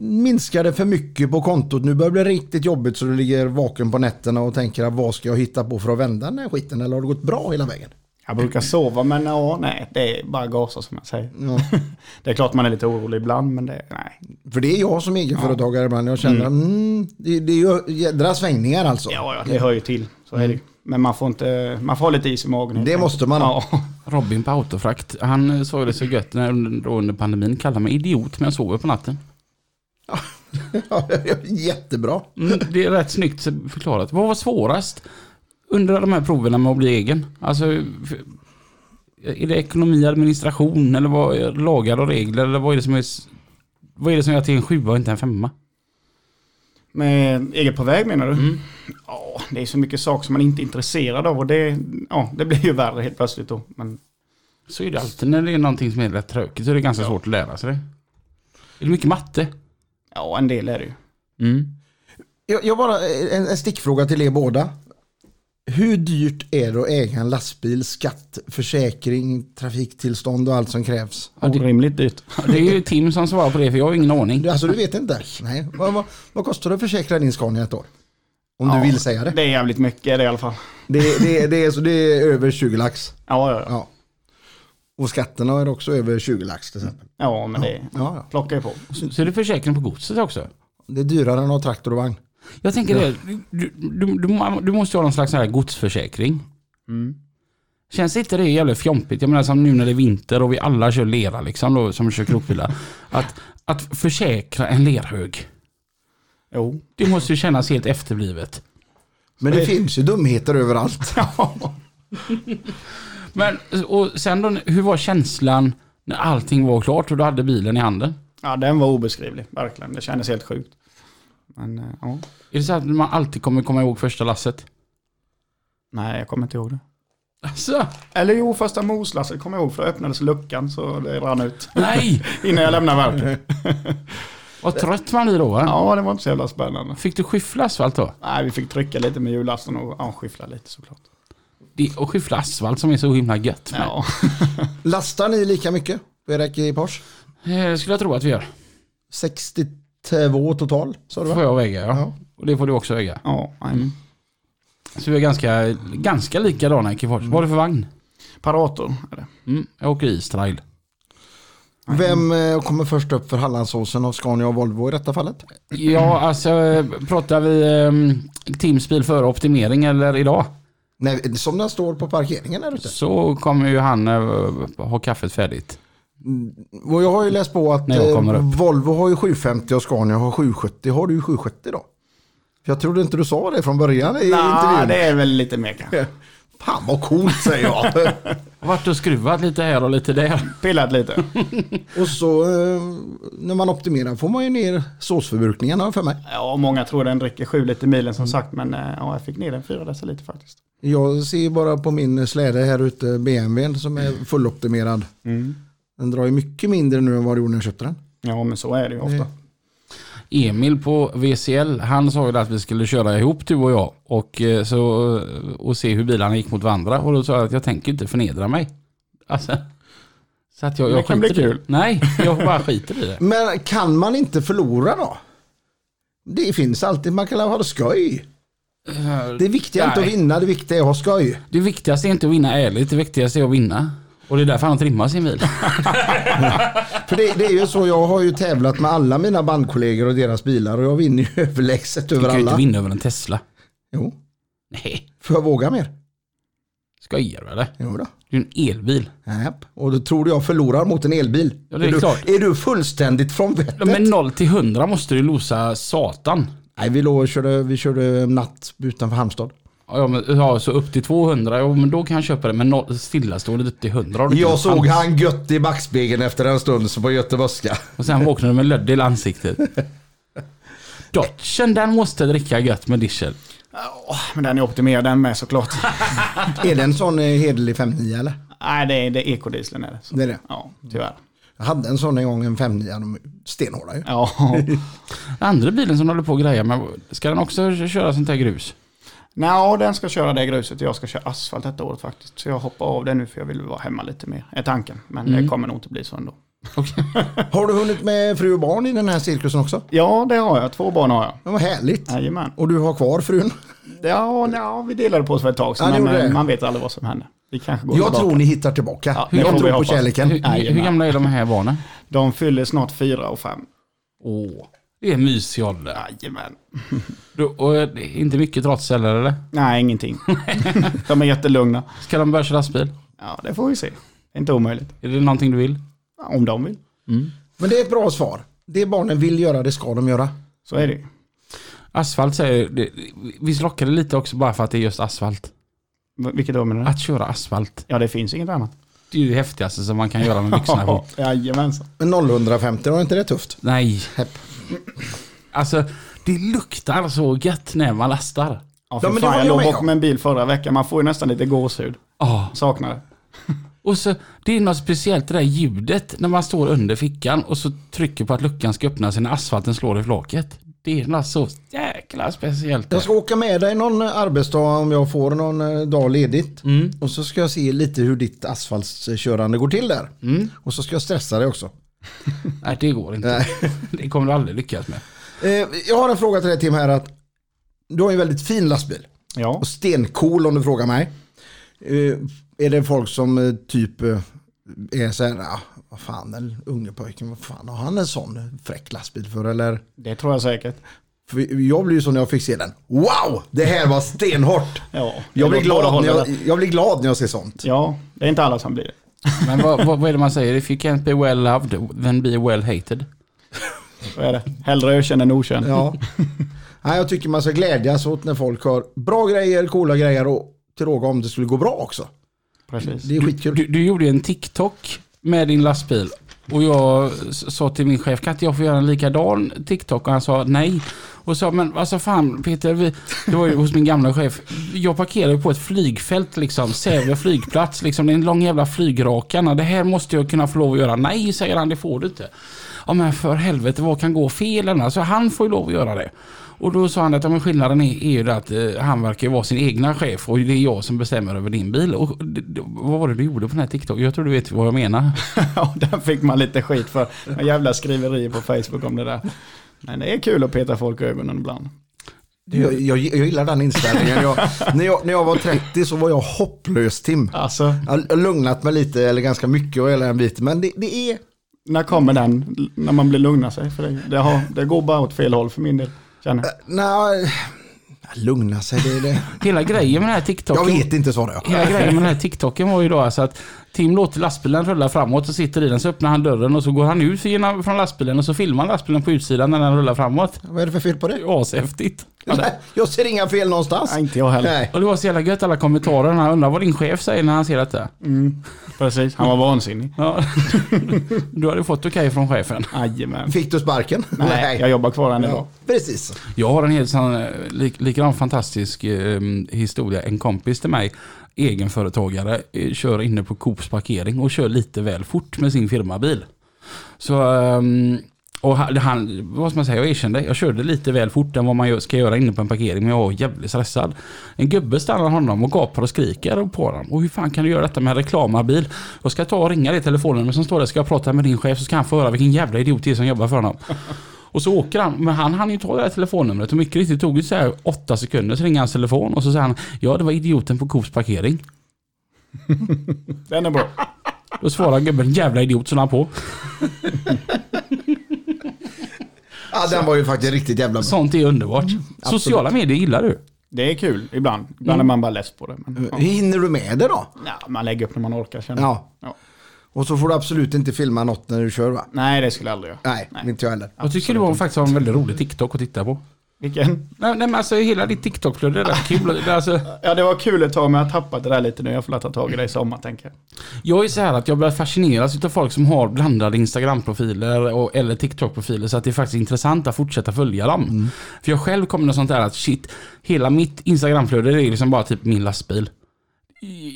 Speaker 1: minskar det för mycket på kontot. Nu börjar det bli riktigt jobbigt så du ligger vaken på nätterna och tänker att vad ska jag hitta på för att vända den här skiten? Eller har det gått bra hela vägen?
Speaker 3: Jag brukar sova men ja, nej. Det är bara gaser som jag säger.
Speaker 1: Ja.
Speaker 3: Det är klart man är lite orolig ibland men det, nej.
Speaker 1: För det är jag som egenföretagare ibland. Jag känner att mm, det, det är ju jädra svängningar alltså.
Speaker 3: Ja, ja, det hör ju till. Så är det ju. Men man får, inte, man får ha lite is i magen. helt
Speaker 1: Det
Speaker 3: enkelt.
Speaker 1: måste man ha.
Speaker 3: Ja.
Speaker 2: Robin på Autofrakt, han eh, sa ju det så gött när, då under pandemin, kallade mig idiot men jag sover på natten.
Speaker 1: Jättebra.
Speaker 2: Mm, det är rätt snyggt förklarat. Vad var svårast under de här proverna med att bli egen? Alltså, f- är det ekonomi, administration eller vad är lagar och regler? Eller vad är det som är... s- Vad är det som gör att det är en sjua och inte en femma?
Speaker 3: Med eget på väg menar du? Ja, det är så mycket saker som man inte är intresserad av och det, ja, det blir ju värre helt plötsligt då. Men
Speaker 2: Så är det alltid när det är någonting som är rätt tråkigt så är det ganska svårt att lära sig det. Är det mycket matte?
Speaker 3: ja, en del är det ju.
Speaker 2: Mm.
Speaker 1: Jag, jag bara eh, en, en stickfråga till er båda. Hur dyrt är det att äga en lastbil, skatt, försäkring, trafiktillstånd och allt som krävs?
Speaker 2: Ja, det,
Speaker 3: Orimligt dyrt.
Speaker 2: det är ju Tim som svarar på det för jag har ingen aning.
Speaker 1: Du- Alltså du vet inte? Nej. Vad, vad, vad kostar det att försäkra din Scania ett år? Om
Speaker 3: Ja,
Speaker 1: du vill säga det.
Speaker 3: Det är jävligt mycket är det i alla fall.
Speaker 1: Det, det, det, är, så det är över 20 lax.
Speaker 3: Ja, ja, ja.
Speaker 1: Ja. Och skatterna är också över 20 lax till exempel.
Speaker 3: ja men det
Speaker 1: Ja, ja.
Speaker 3: plockar ju på.
Speaker 2: Så, så är det försäkring på godset också?
Speaker 1: Det är dyrare än att ha traktor och vagn.
Speaker 2: Jag tänker det, du, du, du, du måste ju ha någon slags sån här godsförsäkring. Känns inte det jävligt fjompigt? Jag menar som nu när det är vinter och vi alla kör lera liksom då, som kör krokbilar. Att, att försäkra en lerhög,
Speaker 3: Jo.
Speaker 2: det måste ju kännas helt efterblivet.
Speaker 1: Men det finns ju dumheter överallt.
Speaker 2: Men och sen då, hur var känslan när allting var klart och du hade bilen i handen?
Speaker 3: Ja, den var obeskrivlig, verkligen. Det kändes helt sjukt. Men eh, ja,
Speaker 2: Är det så att man alltid kommer komma ihåg första lasset?
Speaker 3: nej, jag kommer inte ihåg det.
Speaker 2: Alltså,
Speaker 3: Eller jo, första moslasset kommer jag ihåg, för då öppnades luckan så det rann ut
Speaker 2: nej!
Speaker 3: innan jag lämnade verket.
Speaker 2: Vad trött man blir då va?
Speaker 3: Ja, det var inte så jävla spännande.
Speaker 2: Fick du skyffla asfalt då?
Speaker 3: Nej, vi fick trycka lite med hjullasten och ja, skyffla lite såklart.
Speaker 2: Det, och skyffla asfalt som är så himla gött. med.
Speaker 3: Ja.
Speaker 1: Lastar ni lika mycket på era ekipage?
Speaker 2: Eh, skulle jag tro att vi gör.
Speaker 1: 62 total sa du va?
Speaker 2: får jag väga ja. Och det får du också väga.
Speaker 3: ja nej.
Speaker 1: Mm.
Speaker 2: Så vi är ganska, ganska likadana i Kifors. Vad är det för vagn?
Speaker 3: Parator är det.
Speaker 2: Mm, jag åker Israel. Mm.
Speaker 1: Vem eh, kommer först upp för Hallandsåsen av Scania och Volvo i detta fallet?
Speaker 2: Ja, alltså eh, pratar vi eh, Tims bil före optimering eller idag?
Speaker 1: Nej, som den står på parkeringen där ute.
Speaker 2: Så kommer ju han eh, ha kaffet färdigt.
Speaker 1: Och jag har ju läst på att
Speaker 2: När jag
Speaker 1: eh,
Speaker 2: kommer upp.
Speaker 1: Volvo har ju 750 och Scania har 770. Har du 770 då? För jag trodde inte du sa det från början i
Speaker 3: Nej,
Speaker 1: intervjun.
Speaker 3: det är väl lite mer kanske.
Speaker 1: Fan vad coolt säger jag.
Speaker 2: Har varit och skruvat lite här och lite där.
Speaker 3: Pillat lite.
Speaker 1: och så eh, när man optimerar får man ju ner såsförbrukningen har jag för mig.
Speaker 3: Ja, många tror den dricker 7 liter milen som sagt, men eh, ja, jag fick ner den 4 deciliter faktiskt.
Speaker 1: Jag ser ju bara på min släde här ute, BMWn som är fulloptimerad.
Speaker 2: Mm.
Speaker 1: Den drar ju mycket mindre nu än vad det gjorde när jag köpte den.
Speaker 3: Ja, men så är det ju ofta.
Speaker 2: Emil på VCL, han sa ju det att vi skulle köra ihop du och jag och, eh, så, och se hur bilarna gick mot varandra. Och då sa jag att jag tänker inte förnedra mig. Alltså, så att jag, jag
Speaker 3: Det kan bli
Speaker 2: skiter i
Speaker 3: kul.
Speaker 2: Nej, jag bara skiter i det.
Speaker 1: Men kan man inte förlora då? Det finns alltid, man kan ha skoj. Det viktiga är inte att
Speaker 2: Nej.
Speaker 1: vinna, det viktiga är att ha skoj.
Speaker 2: Det viktigaste är inte att vinna ärligt, det viktigaste är att vinna. Och det är därför han trimmar sin bil.
Speaker 1: För det, det är ju så, jag har ju tävlat med alla mina bandkollegor och deras bilar och jag vinner ju överlägset
Speaker 2: Du
Speaker 1: över
Speaker 2: kan ju inte
Speaker 1: alla.
Speaker 2: vinna över en Tesla.
Speaker 1: Jo,
Speaker 2: Nej,
Speaker 1: för jag vågar mer.
Speaker 2: skojar du eller?
Speaker 1: Jo då.
Speaker 2: Det är ju en elbil.
Speaker 1: Näp. Och då tror du jag förlorar mot en elbil.
Speaker 2: Ja, det är
Speaker 1: du,
Speaker 2: klart.
Speaker 1: är du fullständigt från vettet?
Speaker 2: Men 0 till 100 måste du losa satan.
Speaker 1: Nej, vi, låg och körde, vi körde natt utanför Halmstad.
Speaker 2: Ja, ja, men, ja, så upp till 200, ja, men då kan jag köpa det. Men noll, stillastående upp till 100 har du inte en
Speaker 1: Jag såg
Speaker 2: chans.
Speaker 1: han gött i backspegeln efter en stund så på göteborgska.
Speaker 2: Och sen vaknade du med lödd i ansiktet. Dodgen, den måste dricka gött med diesel.
Speaker 3: Ja, men den är optimerad den med såklart.
Speaker 1: Är det en sån eh, hederlig 59 eller?
Speaker 3: Nej, det är, det är ekodieseln är det. Så.
Speaker 1: Det Mm. är det.
Speaker 3: Ja, tyvärr.
Speaker 1: Jag hade en sån en gång, en 59, de är stenhårda ju.
Speaker 3: Ja.
Speaker 2: Den andra bilen som du håller på att greja med, ska den också köra sånt här grus?
Speaker 3: Nå, den ska köra det gruset och jag ska köra asfalt detta året faktiskt. Så jag hoppar av det nu för jag vill vara hemma lite mer, är tanken. Men
Speaker 1: Mm.
Speaker 3: det kommer nog inte bli så ändå.
Speaker 1: Har du hunnit med fru och barn i den här cirkusen också?
Speaker 3: Ja, det har jag. Två barn har jag.
Speaker 1: Det var härligt.
Speaker 3: Jajamän.
Speaker 1: Och du har kvar frun?
Speaker 3: Ja, ja, vi delade på oss för ett tag
Speaker 1: Ja, det
Speaker 3: sedan, men
Speaker 1: gjorde
Speaker 3: eh,
Speaker 1: det.
Speaker 3: man vet aldrig vad som händer. Vi kanske går
Speaker 1: Jag
Speaker 3: tillbaka.
Speaker 1: tror ni hittar tillbaka.
Speaker 3: Ja, det får
Speaker 1: jag
Speaker 3: vi
Speaker 1: tror på
Speaker 3: hoppas.
Speaker 1: kärleken.
Speaker 2: Hur, hur, hur gamla är de här barnen?
Speaker 3: De fyller snart fyra och fem.
Speaker 2: Åh, det är en mysig ålder.
Speaker 3: Jajamän.
Speaker 2: Du, och, eh, det är inte mycket trots heller eller?
Speaker 3: Nej, ingenting. de är jättelugna.
Speaker 2: Ska de börja köra lastbil?
Speaker 3: Ja, det får vi se. Det är inte omöjligt.
Speaker 2: Är det någonting du vill?
Speaker 3: Ja, Om de vill.
Speaker 1: Men det är ett bra svar. Det barnen vill göra, det ska de göra.
Speaker 3: Så är det ju.
Speaker 2: Asfalt säger det, visst lockar det lite också bara för att det är just asfalt?
Speaker 3: V- Vilket då menar du?
Speaker 2: Att köra asfalt,
Speaker 3: Ja, det finns inget annat.
Speaker 2: det är ju det häftigaste som man kan göra med byxorna på.
Speaker 3: Jajamensan.
Speaker 1: Men 0150, var inte det tufft?
Speaker 2: Nej.
Speaker 1: Hepp.
Speaker 2: Alltså, det luktar så gött när man lastar.
Speaker 3: Ja,
Speaker 1: Ja,
Speaker 3: för
Speaker 1: men det
Speaker 3: fan,
Speaker 1: håller
Speaker 3: jag
Speaker 1: jag
Speaker 3: låg
Speaker 1: med
Speaker 3: bakom
Speaker 1: om.
Speaker 3: en bil förra veckan. Man får ju nästan lite gåshud.
Speaker 2: Ja.
Speaker 3: Saknar det.
Speaker 2: Och så, det är något speciellt det där ljudet när man står under fickan och så trycker på att luckan ska öppna sig när asfalten slår i flaket. Det är något så jäkla speciellt.
Speaker 1: Jag ska åka med dig någon arbetsdag om jag får någon eh, dag ledigt.
Speaker 3: Mm.
Speaker 1: Och så ska jag se lite hur ditt asfaltskörande går till där.
Speaker 3: Mm.
Speaker 1: Och så ska jag stressa dig också.
Speaker 2: Nej, det går inte. Det kommer du aldrig lyckas med.
Speaker 1: Eh, jag har en fråga till dig Tim här. Att du har ju en väldigt fin lastbil.
Speaker 3: Ja.
Speaker 1: Och stencool om du frågar mig. Eh, är det folk som eh, typ eh, är så här, ah, vad fan den unge pojken, vad fan har han en sån fräck lastbil för eller?
Speaker 3: Det tror jag säkert.
Speaker 1: För jag blev ju så när jag fick se den. Wow, det här var stenhårt.
Speaker 3: Ja,
Speaker 1: Jag blir,
Speaker 3: det låter
Speaker 1: glad
Speaker 3: båda
Speaker 1: när jag,
Speaker 3: hållen.
Speaker 1: jag blir glad när jag ser sånt.
Speaker 3: Ja, det är inte alla som blir det.
Speaker 2: Men vad, vad, vad är det man säger? If you can't be well loved, then be well hated.
Speaker 3: Så är det. Hellre ökänd än okänd.
Speaker 1: Ja. Nej, jag tycker man ska glädjas åt när folk har bra grejer, coola grejer och till råga om det skulle gå bra också.
Speaker 3: Precis.
Speaker 1: Det är skitkul.
Speaker 2: Du, du gjorde en TikTok med din lastbil. Och jag s- sa till min chef, kan inte jag få göra en likadan TikTok? Och han sa nej. Och sa, men alltså fan Peter, vi, det var ju hos min gamla chef. Jag parkerar ju på ett flygfält liksom, Säve flygplats. Liksom, det är en lång jävla flygrakan. Det här måste jag kunna få lov att göra. Nej, säger han, det får du inte. Ja men för helvete, vad kan gå fel? Alltså han får ju lov att göra det. Och då sa han att ja, men skillnaden är, är ju det att eh, han verkar ju vara sin egna chef och det är jag som bestämmer över din bil. Och, det, det, vad var det du gjorde på den här TikTok? Jag tror du vet vad jag menar.
Speaker 3: Ja, där fick man lite skit för. En jävla skriverier på Facebook om det där. Men det är kul att peta folk i ögonen ibland.
Speaker 1: Jag, jag, jag gillar den inställningen. Jag, när, jag, när jag var 30 så var jag hopplös Tim.
Speaker 3: Alltså,
Speaker 1: Jag har lugnat mig lite, eller ganska mycket vad gäller den biten. Men det, det är... eh,
Speaker 3: när kommer den? När man blir lugna sig? För det, det, har, det går bara åt fel håll för min del. Känner. jag.
Speaker 1: Nej, eh, lugna sig. Det, är det.
Speaker 2: Hela grejen med den här TikToken.
Speaker 1: Jag vet inte svarar jag.
Speaker 2: Hela grejen med den här TikToken var ju då alltså att Tim låter lastbilen rulla framåt och sitter i den så öppnar han dörren och så går han ut genom, från lastbilen och så filmar han lastbilen på utsidan när den rullar framåt.
Speaker 1: Vad är det för fel på
Speaker 2: Det är
Speaker 1: det?
Speaker 2: ju ashäftigt.
Speaker 1: Nej, jag ser inga fel någonstans.
Speaker 3: Nej, inte jag heller.
Speaker 1: Nej.
Speaker 2: Och det var så jävla gött alla kommentarer. Han undrar vad din chef säger när han ser detta.
Speaker 3: Precis, han var vansinnig.
Speaker 2: Ja. Du hade fått okej från chefen.
Speaker 3: Jajamän.
Speaker 1: Fick du sparken?
Speaker 3: Nej, jag jobbar kvar än idag.
Speaker 1: Ja, precis.
Speaker 2: Jag har en helt sån, eh, lik, likadan fantastisk eh, historia. En kompis till mig, egenföretagare, eh, kör inne på Coops parkering och kör lite väl fort med sin firmabil. Så, ehm, och han- han, vad ska man säga, jag erkände, jag körde lite väl fort än vad man gör- ska göra inne på en parkering, men jag var jävligt stressad. En gubbe stannar honom och gapar och skriker på honom. Och hur fan kan du göra detta med en reklamabil? Jag ska ta och ringa det telefonnumret som står där, ska jag prata med din chef så ska han få höra vilken jävla idiot det är som jobbar för honom. Och så åker han, men han hann ju ta det här telefonnumret och mycket riktigt tog det så här åtta sekunder så ringer hans telefon och så säger han Ja det var idioten på Coops parkering.
Speaker 3: Den är bra.
Speaker 2: Då svarar gubben, jävla idiot, så la han på.
Speaker 1: Ja, den var ju faktiskt riktigt jävla bra.
Speaker 2: Sånt är underbart. Sociala medier gillar du.
Speaker 3: Det är kul ibland. Ibland är man bara less på det. Men, ja.
Speaker 1: Hinner du med det då?
Speaker 3: Ja, man lägger upp när man orkar känner jag.
Speaker 1: Ja.
Speaker 3: Mm. Ja.
Speaker 1: Och så får du absolut inte filma något när du kör va?
Speaker 3: Nej, det skulle jag aldrig göra.
Speaker 1: Nej, inte jag heller.
Speaker 2: Jag tycker det var faktiskt en väldigt rolig TikTok att titta på.
Speaker 3: Vilken?
Speaker 2: Nej, nej men alltså hela ditt TikTok-flöde är rätt kul. Det är Alltså,
Speaker 3: Ja, det var kul ett tag, men jag har tappat det där lite nu. Jag får ta tag i det i sommar, tänker jag.
Speaker 2: jag är så här att jag börjar fascineras av folk som har blandade Instagram-profiler och, eller TikTok-profiler så att det är faktiskt intressant att fortsätta följa dem. För jag själv kommer något sånt där att shit, hela mitt Instagram-flöde är liksom bara typ min lastbil.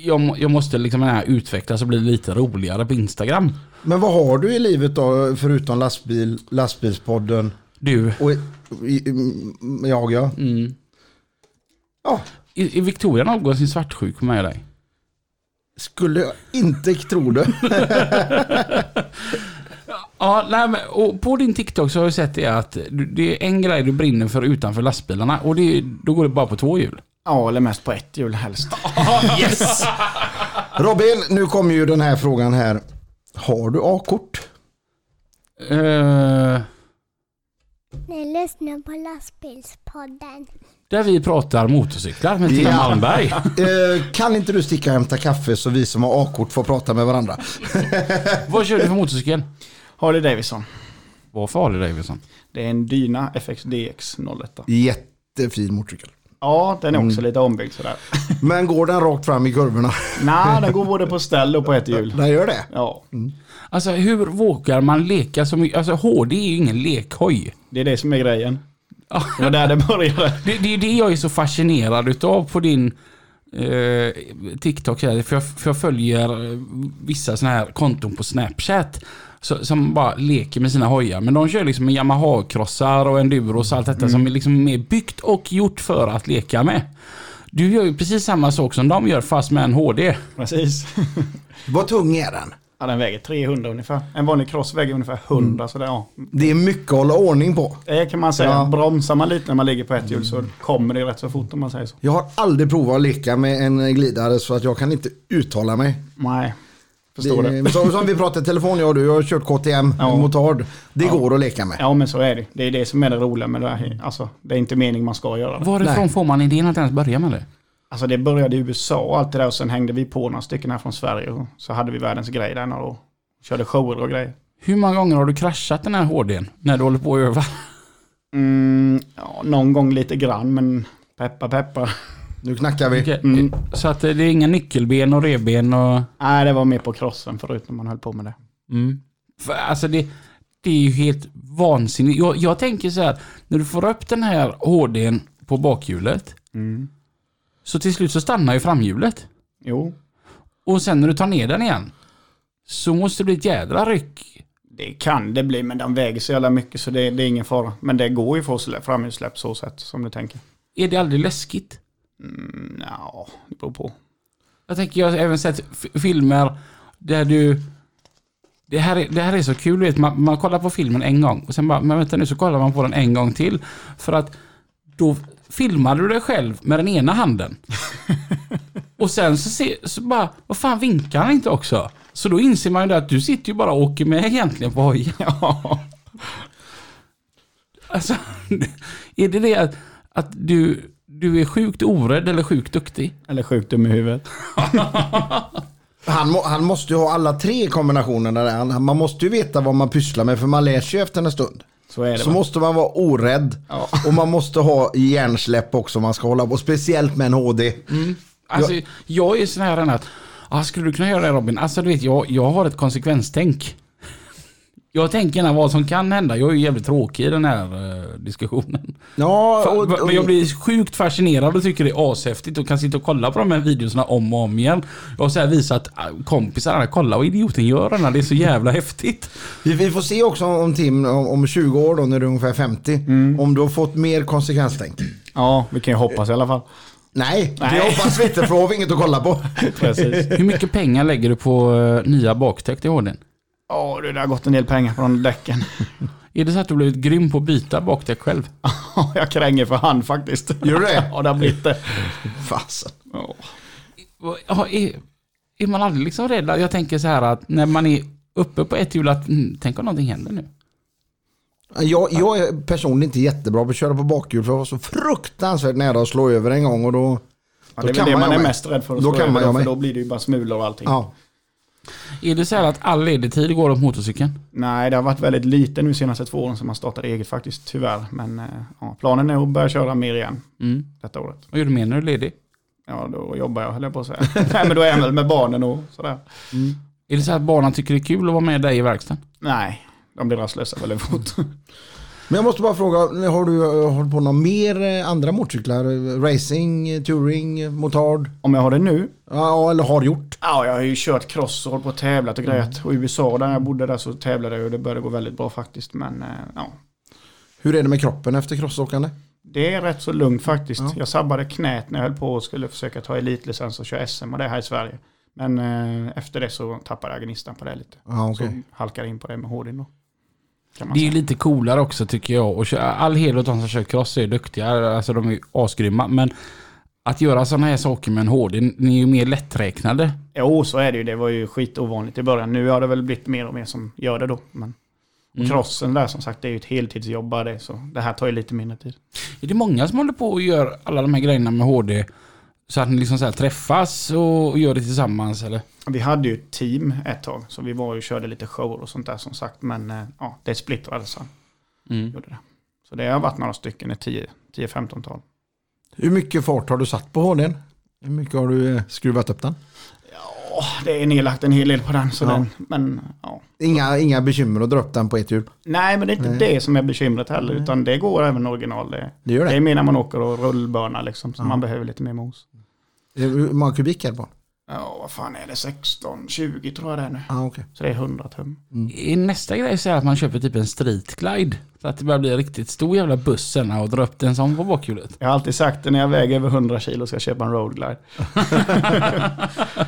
Speaker 2: Jag, må- jag måste liksom den här utvecklas och bli lite roligare på Instagram.
Speaker 1: Men vad har du i livet då förutom lastbil, lastbilspodden
Speaker 2: Du,
Speaker 1: och i, i, mm, jag ja? Ja,
Speaker 2: i, i Victoria någon sin svartsjuk med dig?
Speaker 1: skulle jag inte tro det.
Speaker 2: Ja, nej, men, och på din TikTok så har jag sett det att du- det är en grej du brinner för utanför lastbilarna och det, då går det bara på två hjul.
Speaker 3: Ja, eller mest på ett hjul helst.
Speaker 1: Yes! Robin, nu kommer ju den här frågan här. Har du A-kort?
Speaker 2: Eh,
Speaker 4: Ni lyssnar på lastbilspodden.
Speaker 2: där vi pratar motorcyklar med Tina
Speaker 1: Ja.
Speaker 2: Malmberg.
Speaker 1: Eh, kan inte du sticka och hämta kaffe så vi som har A-kort får prata med varandra?
Speaker 2: Vad kör du för motorcykel?
Speaker 3: Harley Davidson.
Speaker 2: Vad farlig Davidson?
Speaker 3: Det är en Dyna FXDX 01.
Speaker 1: Jättefin motorcykel.
Speaker 3: Ja, den är också lite ombyggd sådär.
Speaker 1: Men går den rakt fram i kurvorna?
Speaker 3: Nej, den går både på ställ och på ett hjul.
Speaker 1: Den gör det?
Speaker 3: Ja,
Speaker 2: Alltså hur vågar man leka så mycket? Alltså HD är ju ingen lekhoj.
Speaker 3: det är det som är grejen. Det var där det började.
Speaker 2: Det, det är det jag är så fascinerad utav på din eh, TikTok. Här, för, jag, för jag följer eh, vissa såna här konton på Snapchat. Så, som bara leker med sina hojar. Men de kör liksom med Yamaha-krossar och enduros och allt detta som är liksom mer byggt och gjort för att leka med. Du gör ju precis samma sak som de gör fast med en HD.
Speaker 3: Precis.
Speaker 1: Vad tung är den?
Speaker 3: Ja, den väger 300 ungefär. En vanlig cross väger ungefär 100 sådär ja.
Speaker 1: Det är mycket att hålla ordning på.
Speaker 3: Det kan man säga.
Speaker 1: Ja.
Speaker 3: Bromsar man lite när man ligger på ett hjul så kommer det rätt så fort om man säger så.
Speaker 1: Jag har aldrig provat att leka med en glidare så att jag kan inte uttala mig.
Speaker 3: Nej, förstår
Speaker 1: Det,
Speaker 3: det.
Speaker 1: som, som vi pratade i telefon jag och du, jag har kört KTM,
Speaker 3: Ja.
Speaker 1: motard. Det går att leka med.
Speaker 3: Ja men så är det. Det är det som är det roliga med det här. Alltså, det är inte meningen man ska göra det.
Speaker 2: Varifrån får man idén att ens börja med det?
Speaker 3: Alltså det började i USA och allt det där och sen hängde vi på några stycken här från Sverige och så hade vi världens grej där några år. Körde shower och grejer.
Speaker 2: Hur många gånger har du kraschat den här HDn när du håller på att öva?
Speaker 3: Mm, ja, någon gång lite grann men peppa peppa.
Speaker 1: Nu knackar vi.
Speaker 3: Mm.
Speaker 2: Så att eh, det är inga nyckelben och revben och...
Speaker 3: Nej det var mer på crossen förut när man höll på med det.
Speaker 2: Mm. För, alltså det, det är ju helt vansinnigt. Jag, jag tänker så här, när du får upp den här HDn på bakhjulet,
Speaker 3: Mm.
Speaker 2: så till slut så stannar ju framhjulet.
Speaker 3: Jo,
Speaker 2: Och sen när du tar ner den igen, så måste det bli ett jädra ryck.
Speaker 3: det kan det bli men den väger så jävla mycket så det, det är ingen fara. Men det går ju för att få slä- framhjulssläpp så sätt som du tänker.
Speaker 2: Är det aldrig läskigt?
Speaker 3: Mm, ja, det beror på.
Speaker 2: Jag tänker, jag har även sett f- filmer där du... Det här, är, det här är så kul, du vet, man, man kollar på filmen en gång och sen bara, men vänta nu, så kollar man på den en gång till. För att då filmar du dig själv med den ena handen. och sen så, se, så bara, vad fan vinkar han inte också? Så då inser man ju det att du sitter ju bara och åker med egentligen på hojen.
Speaker 3: Ja.
Speaker 2: Alltså, är det det att, att du, du är sjukt orädd eller sjukt duktig?
Speaker 3: Eller sjukt dum i huvudet.
Speaker 1: Han, må- han måste ju ha alla tre kombinationerna där. Han, man måste ju veta vad man pysslar med för man lär sig ju efter en stund.
Speaker 3: Så är det.
Speaker 1: Så
Speaker 3: va?
Speaker 1: måste man vara orädd
Speaker 3: Ja.
Speaker 1: och man måste ha hjärnsläpp också om man ska hålla på. Speciellt med en HD.
Speaker 3: Mm.
Speaker 2: Alltså, jag, är sån här att, ah, skulle du kunna göra det Robin? Alltså du vet, jag, jag har ett konsekvenstänk. Jag tänker gärna vad som kan hända. Jag är ju jävligt tråkig i den här eh, diskussionen.
Speaker 1: Ja, och,
Speaker 2: Men
Speaker 1: och,
Speaker 2: jag blir sjukt fascinerad och tycker det är ashäftigt och kan sitta och kolla på de här videorna om och om igen. Jag har så här visat ah, kompisar, "Ah, kolla vad idioten gör den här, det är så jävla häftigt.
Speaker 1: vi, vi får se också om Tim om, om 20 år då när du är ungefär 50.
Speaker 3: Mm.
Speaker 1: Om du har fått mer konsekvenstänk.
Speaker 3: Ja, vi kan ju hoppas i alla fall.
Speaker 1: Nej,
Speaker 3: Nej.
Speaker 1: det hoppas vi inte för då har vi inget att kolla på.
Speaker 3: Precis.
Speaker 2: Hur mycket pengar lägger du på eh, nya bakdäck i HD?
Speaker 3: Ja, du, det har gått en del pengar på de däcken.
Speaker 2: Är det så att du blivit grym på att byta bakdäck själv?
Speaker 3: Ja, jag kränger för hand faktiskt.
Speaker 1: Gör du det?
Speaker 3: Ja, det har blivit det.
Speaker 1: Fasen.
Speaker 3: Ja.
Speaker 2: Vad- ja, är, är man aldrig liksom rädd. Jag tänker så här att när man är uppe på ett hjul, att mm, tänk om någonting händer nu.
Speaker 1: Jag, jag är personligen inte jättebra på att köra på bakhjul för jag var så fruktansvärt nära att slå över en gång och då...
Speaker 3: Ja,
Speaker 1: Då
Speaker 3: det är
Speaker 1: kan
Speaker 3: väl det
Speaker 1: man
Speaker 3: man
Speaker 1: göra
Speaker 3: är
Speaker 1: med.
Speaker 3: mest rädd för att
Speaker 1: Då
Speaker 3: slå
Speaker 1: kan
Speaker 3: över,
Speaker 1: man göra
Speaker 3: för
Speaker 1: med.
Speaker 3: då blir det ju bara smulor och allting.
Speaker 1: Ja.
Speaker 2: Är det så här att all ledig tid går åt motorcykeln?
Speaker 3: Nej, det har varit väldigt lite nu senaste två åren som man startade eget faktiskt, tyvärr. Men eh, ja, planen är att börja köra mer igen
Speaker 2: Mm.
Speaker 3: detta året.
Speaker 2: Vad gör du mer när du är ledig?
Speaker 3: Ja, då jobbar jag höll jag på att säga. Nej, men då är jag väl med barnen och sådär.
Speaker 2: Är det så här att barnen tycker det är kul att vara med dig i verkstaden?
Speaker 3: Nej, de blir rastlösa väldigt fort.
Speaker 1: Men jag måste bara fråga, har du eh, hållit på någon mer eh, andra motorcyklar? Eh, Racing, eh, touring, eh, motard?
Speaker 3: Om jag har det nu?
Speaker 1: Ja, eller har gjort?
Speaker 3: Ja, jag har ju kört cross och hållit på och tävlat och grejat. Och i USA där jag bodde där så tävlade jag och det började gå väldigt bra faktiskt. Men eh, ja,
Speaker 1: Hur är det med kroppen efter crossåkande?
Speaker 3: Det är rätt så lugnt faktiskt. Jag sabbade knät när jag höll på och skulle försöka ta elitlicens och köra SM och det här i Sverige. Men eh, efter det så tappade jag gnistan på det lite.
Speaker 1: Ja, okej.
Speaker 3: Så halkade in på det med hårdin då. Kan man
Speaker 2: Det är ju
Speaker 3: säga.
Speaker 2: lite coolare också tycker jag. Och kö- all heder åt de som kör cross är duktiga, alltså de är ju asgrymma. Men att göra sådana här saker med en HD, ni är ju mer lätträknade.
Speaker 3: Jo, så är det ju. Det var ju skitovanligt i början. Nu har det väl blivit mer och mer som gör det då. Men
Speaker 2: Mm.
Speaker 3: crossen där som sagt, det är ju ett heltidsjobb bara det. Så det här tar ju lite mindre tid.
Speaker 2: Är det många som håller på och gör alla de här grejerna med HD? Så att ni liksom så här träffas och gör det tillsammans eller?
Speaker 3: Vi hade ju ett team ett tag, så vi var ju och körde lite shower och sånt där som sagt. Men eh, ja, det splittrades sen. Gjorde det. Så det har varit några stycken, ett 10 10-15-tal.
Speaker 1: Hur mycket fart har du satt på HDn? Hur mycket har du eh, skruvat upp den?
Speaker 3: Ja, det är nedlagt en hel del på den. Så
Speaker 1: Ja.
Speaker 3: den men, ja.
Speaker 1: Inga, inga bekymmer att dra upp den på ett hjul.
Speaker 3: Nej, men det är inte
Speaker 1: Nej.
Speaker 3: det som är bekymret heller. Utan det går även original. Det,
Speaker 1: Det gör
Speaker 3: det
Speaker 1: det.
Speaker 3: är mer när man åker och rullbana liksom. Så
Speaker 1: Ja.
Speaker 3: man behöver lite mer mos.
Speaker 1: Eh, Hur många kubik är det på?
Speaker 3: Ja, vad fan är det? 16, 20 tror jag det är nu.
Speaker 1: Ah, okay.
Speaker 3: Så det är 100 tum.
Speaker 2: Är nästa grej så här att man köper typ en street glide? Så att det börjar bli en riktigt stor jävla buss sen och dra upp den som på bakhjulet.
Speaker 3: Jag har alltid sagt det när jag väger över 100 kilo ska jag köpa en roadglide.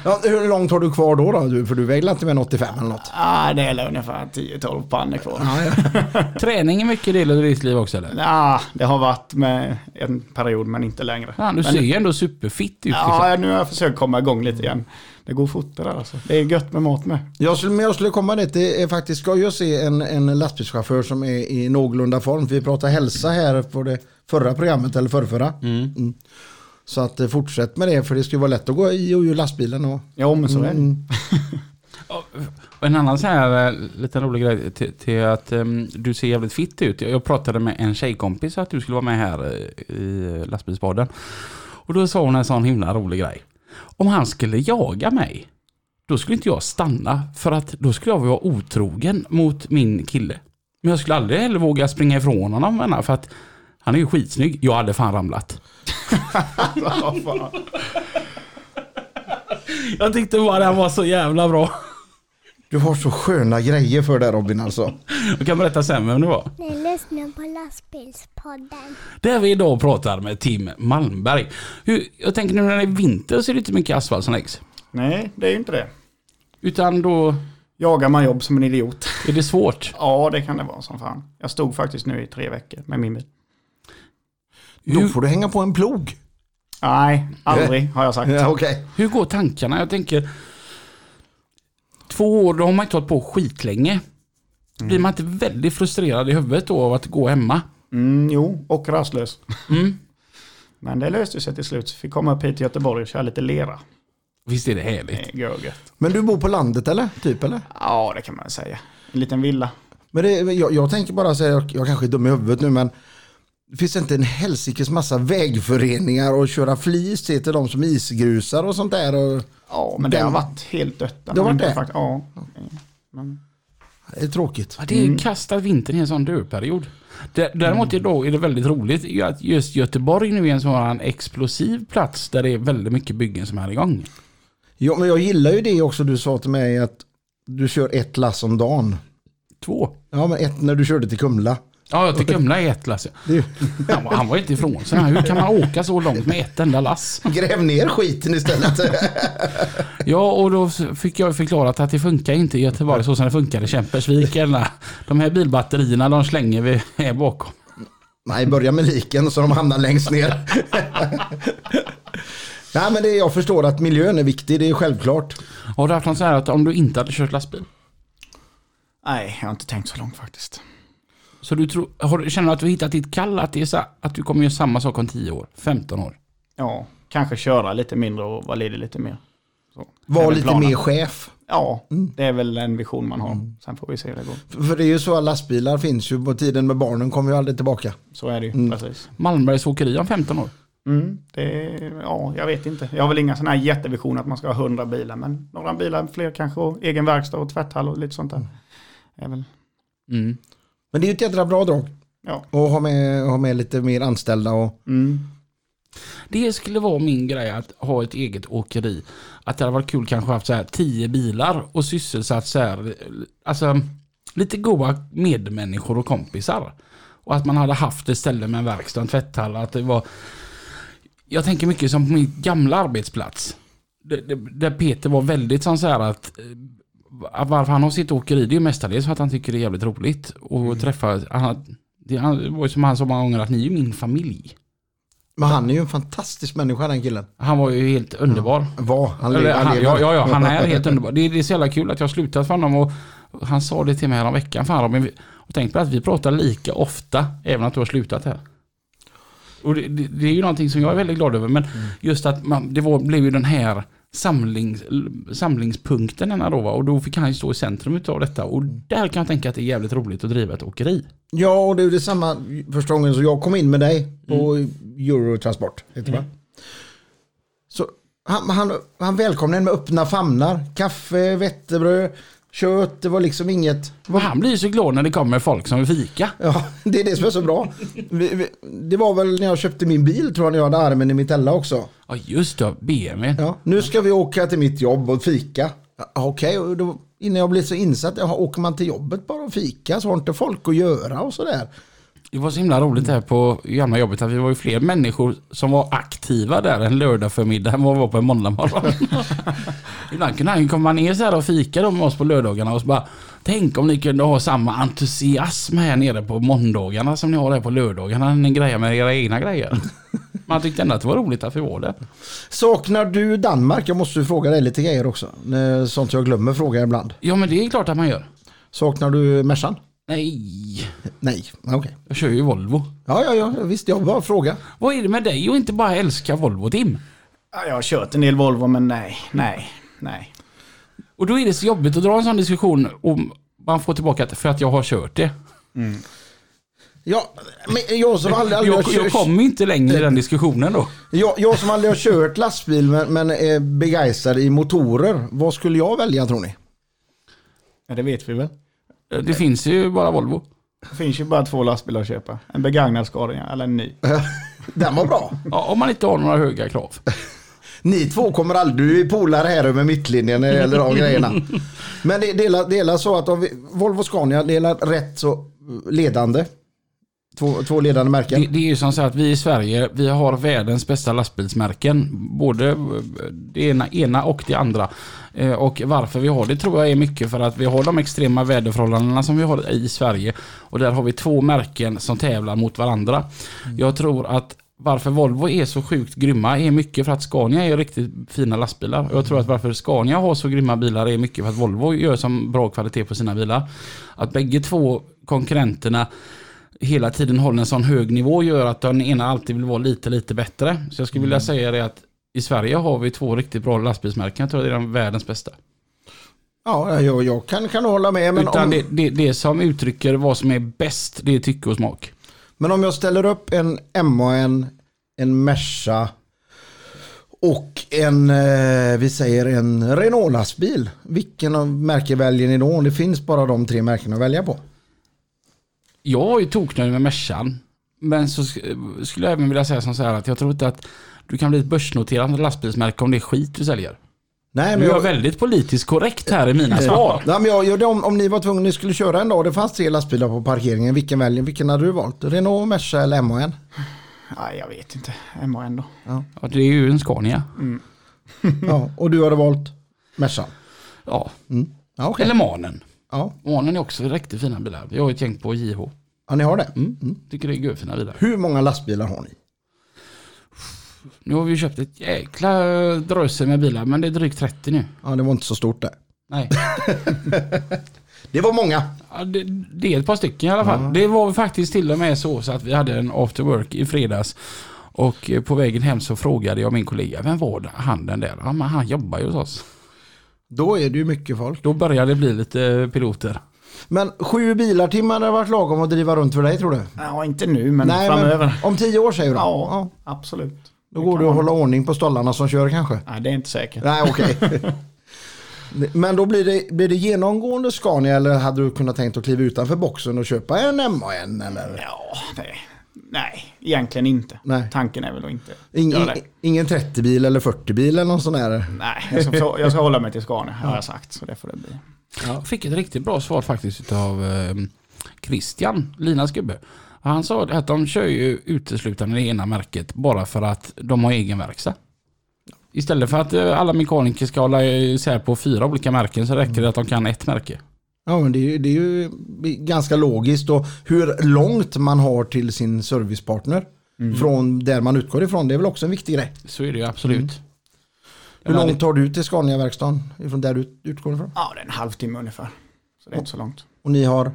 Speaker 1: ja, hur långt har du kvar då? då? Du, för du väger inte med en 85 eller något?
Speaker 3: Ah, det är väl ungefär 10-12 pannor kvar.
Speaker 1: Ja, ja.
Speaker 2: Träning är mycket del av ditt liv också eller?
Speaker 3: Ja, Ah, det har varit med en period men inte längre.
Speaker 2: Fan, du
Speaker 3: men,
Speaker 2: ser ju ändå superfitt ut. liksom.
Speaker 3: Ja, nu har jag försökt komma igång lite igen. Det går fort det där alltså. Det är gött med mat med.
Speaker 1: Jag skulle, men jag skulle komma dit, det är faktiskt skoj att se en, en lastbilschaufför som är i någorlunda form. För vi pratade hälsa här på det förra programmet, eller förrförra. Mm. Så att eh, fortsätt med det, för det skulle vara lätt att gå i och ur lastbilen. Och,
Speaker 3: Jo, men så är det.
Speaker 1: mm.
Speaker 2: Och en annan så här eh, liten rolig grej till, till att ehm, du ser jävligt fitt ut. Jag, jag pratade med en tjejkompis att du skulle vara med här eh, i eh, lastbilspodden. Och då sa hon en sån himla rolig grej. Om han skulle jaga mig, då skulle inte jag stanna för att då skulle jag vara otrogen mot min kille. Men jag skulle aldrig heller våga springa ifrån honom menar, för att han är ju skitsnygg. Jag hade fan ramlat.
Speaker 3: Ja, fan.
Speaker 2: Jag tyckte bara den var så jävla bra.
Speaker 1: Du har så sköna grejer för det Robin alltså.
Speaker 2: Jag kan berätta sen vem det var.
Speaker 4: Ni lyssnar på lastbilspodden.
Speaker 2: Där vi idag pratar med Tim Malmberg. Hur, jag tänker nu när det är vinter så är det inte mycket asfalt som läggs.
Speaker 3: Nej, det är ju inte det.
Speaker 2: Utan då
Speaker 3: Jagar man jobb som en idiot?
Speaker 2: är det svårt.
Speaker 3: Ja, det kan det vara som fan. Jag stod faktiskt nu i tre veckor med min bil.
Speaker 1: Då
Speaker 2: Hur,
Speaker 1: får du hänga på en plog.
Speaker 3: Nej, aldrig har jag sagt.
Speaker 1: Ja, okej.
Speaker 2: hur går tankarna? Jag tänker, två år, då har man inte hållit på skitlänge. Blir man inte väldigt frustrerad i huvudet då av att gå hemma?
Speaker 3: Mm, jo, och rastlös.
Speaker 2: Mm.
Speaker 3: Men det löste sig till slut. Så Fick komma upp hit till Göteborg och köra lite lera.
Speaker 2: Visst är det härligt?
Speaker 3: Det går gött.
Speaker 1: Men du bor på landet eller? Typ eller?
Speaker 3: Ja, det kan man säga. En liten villa.
Speaker 1: Men det, jag, jag tänker bara säga, jag, jag kanske är dum i huvudet nu men det finns inte en helsikes massa vägföreningar och köra flis till till de som isgrusar och sånt där. Och,
Speaker 3: Ja, men det
Speaker 1: Den-
Speaker 3: har varit helt dött. där.
Speaker 1: Det har varit
Speaker 3: Men
Speaker 1: det?
Speaker 3: fakt- Ja. Men,
Speaker 1: det är tråkigt.
Speaker 2: Ja, det är kastat vintern i en sån dörperiod. Däremot idag är det väldigt roligt ju att just Göteborg nu är en sådan explosiv plats där det är väldigt mycket byggen som är igång.
Speaker 1: Ja, men jag gillar ju det också du sa till mig att du kör ett lass om dagen.
Speaker 2: Två.
Speaker 1: Ja men ett när du körde till Kumla.
Speaker 2: Ja, jag tycker Kumla är ett lass.
Speaker 1: Det är ju,
Speaker 2: Han var, han var inte ifrån sig. Hur kan man åka så långt med ett enda lass?
Speaker 1: gräv ner skiten istället.
Speaker 2: Ja, och då fick jag förklarat att det funkar inte i Göteborg så som det funkar i Kämpersvik. Eller, de här bilbatterierna de slänger vi här bakom.
Speaker 1: Nej, börja med liken så de hamnar längst ner. Nej men det, jag förstår att miljön är viktig, det är självklart.
Speaker 2: Har du haft något så här att om du inte hade kört lastbil?
Speaker 3: Nej, jag har inte tänkt så långt faktiskt.
Speaker 2: Så du tror, har, du- känner du att du har hittat ditt kall? Att, det är så, att du kommer göra samma sak om 10 år? 15 år?
Speaker 3: Ja, kanske köra lite mindre och vara ledig lite mer. Så. Det är
Speaker 1: Var
Speaker 3: väl
Speaker 1: lite
Speaker 3: planen.
Speaker 1: mer Mm. chef.
Speaker 3: Ja, det är väl en vision man har. Sen får vi se hur det går.
Speaker 1: För det är ju så att lastbilar finns ju på tiden med barnen kommer ju aldrig tillbaka.
Speaker 3: Så är det ju,
Speaker 1: Mm.
Speaker 3: precis.
Speaker 2: Malmbergs åkeri om 15 år?
Speaker 3: Mm, det, ja, jag vet inte. Jag har väl inga sådana här jättevisioner att man ska ha 100 bilar, men några bilar fler kanske och egen verkstad och tvätthall och lite sånt där. Är väl,
Speaker 2: Mm.
Speaker 1: Men det är ju ett jädra bra drag.
Speaker 3: ja.
Speaker 1: Och ha med, ha med lite mer anställda och
Speaker 3: Mm.
Speaker 2: Det skulle vara min grej att ha ett eget åkeri. Att det hade varit kul kanske haft så här 10 bilar och sysselsatt så här, alltså lite goa medmänniskor och kompisar. Och att man hade haft ett ställe med en verkstad, en tvätthall, att det var... Jag tänker mycket som på min gamla arbetsplats. Där- där- Där Peter var väldigt sån så här att eh, varför han har sitt åkeri det är ju mestadels för att han tycker det är jävligt roligt. Och träffa, han, det han- det var ju som han sa många gånger att ni är ju min familj.
Speaker 1: men han är ju en fantastisk människa den killen.
Speaker 2: Han var ju helt underbar.
Speaker 1: Var? Han,
Speaker 2: Eller,
Speaker 1: lever- han,
Speaker 2: han,
Speaker 1: lever.
Speaker 2: ja, ja, ja, han är helt underbar. Det, det är så jävla kul att jag har slutat för honom. Och han sa det till mig häromveckan. Fan Robin, vi- och tänk på att vi pratar lika ofta även att du har slutat här. Och det, det, det är ju någonting som jag är väldigt glad över. Men just att man, det var, blev ju den här samlings, samlingspunkten denna då. va? Och då fick han ju stå i centrum utav detta. Och där kan jag tänka att det är jävligt roligt att driva ett åkeri.
Speaker 1: Ja, och det är ju detsamma första gången som jag kom in med dig på Eurotransport. Heter det, va? Så han, han, han välkomnade en med öppna famnar. Kaffe, vettebröd, kött. Det var liksom inget.
Speaker 2: Och han blir ju så glad när det kommer folk som vill fika.
Speaker 1: Ja, det är det som är så bra. Vi, vi, det var väl när jag köpte min bil tror jag när jag hade armen i Mitella också.
Speaker 2: Ja just det, BMW.
Speaker 1: Ja, nu ska vi åka till mitt jobb och fika. Ja, Okej, och då, innan jag blev så insatt, ja, åker man till jobbet bara och fika så har inte folk att göra och sådär.
Speaker 2: Det var så himla roligt här på gamla jobbet att vi var ju fler människor som var aktiva där en lördag förmiddag än vad vi var på en måndag morgon. Ibland kunde han ju komma ner så här och fika då med oss på lördagarna och så bara Tänk om ni kunde ha samma entusiasm här nere på måndagarna som ni har här på lördagarna när ni grejer med era egna grejer. Man tyckte ändå att det var roligt att vi var där.
Speaker 1: Saknar du Danmark? Jag måste ju fråga dig lite grejer också. Eh, Sånt jag glömmer fråga ibland.
Speaker 2: Ja men det är klart att man gör.
Speaker 1: Saknar du Mercan?
Speaker 2: Nej,
Speaker 1: Nej, okej.
Speaker 2: jag kör ju Volvo.
Speaker 1: Ja, ja, ja, visst. Jag bara fråga.
Speaker 2: Vad är det med dig och inte bara älska Volvo Tim?
Speaker 3: Ja, Jag har kört en del Volvo, men nej, nej, nej.
Speaker 2: Och då är det så jobbigt att dra en sån diskussion om man får tillbaka att för att jag har kört det.
Speaker 1: Ja, men jag som aldrig, aldrig
Speaker 2: Jag,
Speaker 1: har
Speaker 2: jag
Speaker 1: kört-
Speaker 2: kommer ju inte längre i den diskussionen då.
Speaker 1: jag, jag som aldrig har kört lastbil men, men är begeistrad i motorer. Vad skulle jag välja tror ni?
Speaker 3: Ja, det vet vi väl.
Speaker 2: Det finns ju bara Volvo.
Speaker 3: Det finns ju bara två lastbilar att köpa. En begagnad Scania eller en ny.
Speaker 1: Den var bra.
Speaker 2: Ja, om man inte har några höga krav.
Speaker 1: Ni två kommer aldrig, du är polare här över mittlinjen när det gäller de grejerna. Men det delar, delar så att om vi, Volvo Scania delar rätt så ledande. Två, två ledande märken.
Speaker 2: Det, det är ju som så att vi i Sverige, vi har världens bästa lastbilsmärken. Både eh, det ena, ena och det andra. Eh, Och varför vi har det tror jag är mycket för att vi har de extrema väderförhållandena som vi har i Sverige. Och där har vi två märken som tävlar mot varandra. Jag tror att varför Volvo är så sjukt grymma är mycket för att Scania är riktigt fina lastbilar. Och jag tror att varför Scania har så grymma bilar är mycket för att Volvo gör som bra kvalitet på sina bilar. Att bägge två konkurrenterna hela tiden håller en sån hög nivå gör att den ena alltid vill vara lite, lite bättre. Så jag skulle
Speaker 1: Mm.
Speaker 2: vilja säga det att i Sverige har vi två riktigt bra lastbilsmärken. Jag tror att det är de världens bästa.
Speaker 1: Ja, jag, jag kan, kan hålla med. Men
Speaker 2: Utan
Speaker 1: om,
Speaker 2: det, det, det som uttrycker vad som är bäst, det är tycke och smak.
Speaker 1: men om jag ställer upp en MAN, en Merca och en, eh, vi säger en Renault lastbil. Vilken av märke väljer ni då? Det finns bara de tre märkena att välja på.
Speaker 2: Jag var ju toknöjd med Mercan. Men så sk- skulle jag även vilja säga som så här att jag tror inte att du kan bli ett börsnoterat lastbilsmärke om det är skit du säljer.
Speaker 1: Nej,
Speaker 2: Du är väldigt politiskt korrekt här i mina svar.
Speaker 1: Nej, men jag, gjorde om, om ni var tvungna, ni skulle köra en dag och det fanns tre lastbilar på parkeringen, vilken väljer Vilken hade du valt? Renault, Merca eller MAN?
Speaker 3: Nej, jag vet inte. En och en då.
Speaker 2: Ja, det är ju en Scania.
Speaker 1: Mm. Ja, och du hade valt Merca?
Speaker 2: Ja.
Speaker 1: Ja, okej.
Speaker 2: Eller Manen.
Speaker 1: Ja.
Speaker 2: Manen är också riktigt fina bilar. Jag har ett gäng på JH.
Speaker 1: ja, ni har det.
Speaker 2: Mm. Tycker det är görfina bilar.
Speaker 1: Hur många lastbilar har ni?
Speaker 2: Nu har vi ju köpt ett jäkla dröse med bilar, men det är drygt 30 nu.
Speaker 1: Ja, det var inte så stort där.
Speaker 2: Nej,
Speaker 1: Det var många.
Speaker 2: ja, det, det är ett par stycken i alla fall. Det var faktiskt till och med så, så att vi hade en after work i fredags. Och eh, på vägen hem så frågade jag min kollega, vem var det- han den där? Ja, men han jobbar ju hos oss.
Speaker 1: Då är det ju mycket folk.
Speaker 2: Då började det bli lite piloter.
Speaker 1: Men sju bilar timmar hade varit lagom att driva runt för dig tror du?
Speaker 3: Ja, inte nu, men
Speaker 1: Nej,
Speaker 3: framöver.
Speaker 1: men om tio år säger du?
Speaker 3: Ja, absolut.
Speaker 1: Då går du att hålla ordning på stollarna som kör kanske?
Speaker 3: Nej, det är inte säkert.
Speaker 1: Nej, okej. Men då blir det, blir det genomgående Scania eller hade du kunnat tänkt att kliva utanför boxen och köpa en M och en eller?
Speaker 3: Ja, det, nej, egentligen inte.
Speaker 1: Nej.
Speaker 3: Tanken är väl att inte
Speaker 1: Ing,
Speaker 3: göra det.
Speaker 1: ing, ingen 30-bil eller 40-bil eller någon sån där?
Speaker 3: Nej, jag ska, jag ska hålla mig till Scania har jag sagt. Så det får det bli.
Speaker 2: Jag fick ett riktigt bra svar faktiskt utav eh, Christian, Linas gubbe. Han sa att de kör ju uteslutande det ena märket bara för att de har egen verkstad. Istället för att eh, alla mekaniker ska hålla isär på fyra olika märken så räcker det att de kan ett märke.
Speaker 1: Ja, men det är, ju, det är ju ganska logiskt och hur långt man har till sin servicepartner från där man utgår ifrån. Det är väl också en viktig grej.
Speaker 2: Så är det ju absolut.
Speaker 1: Hur långt tar du till Scania-verkstaden ifrån där du utgår ifrån?
Speaker 3: Ja, det är en halvtimme ungefär. Så det är inte så långt.
Speaker 1: Och ni har?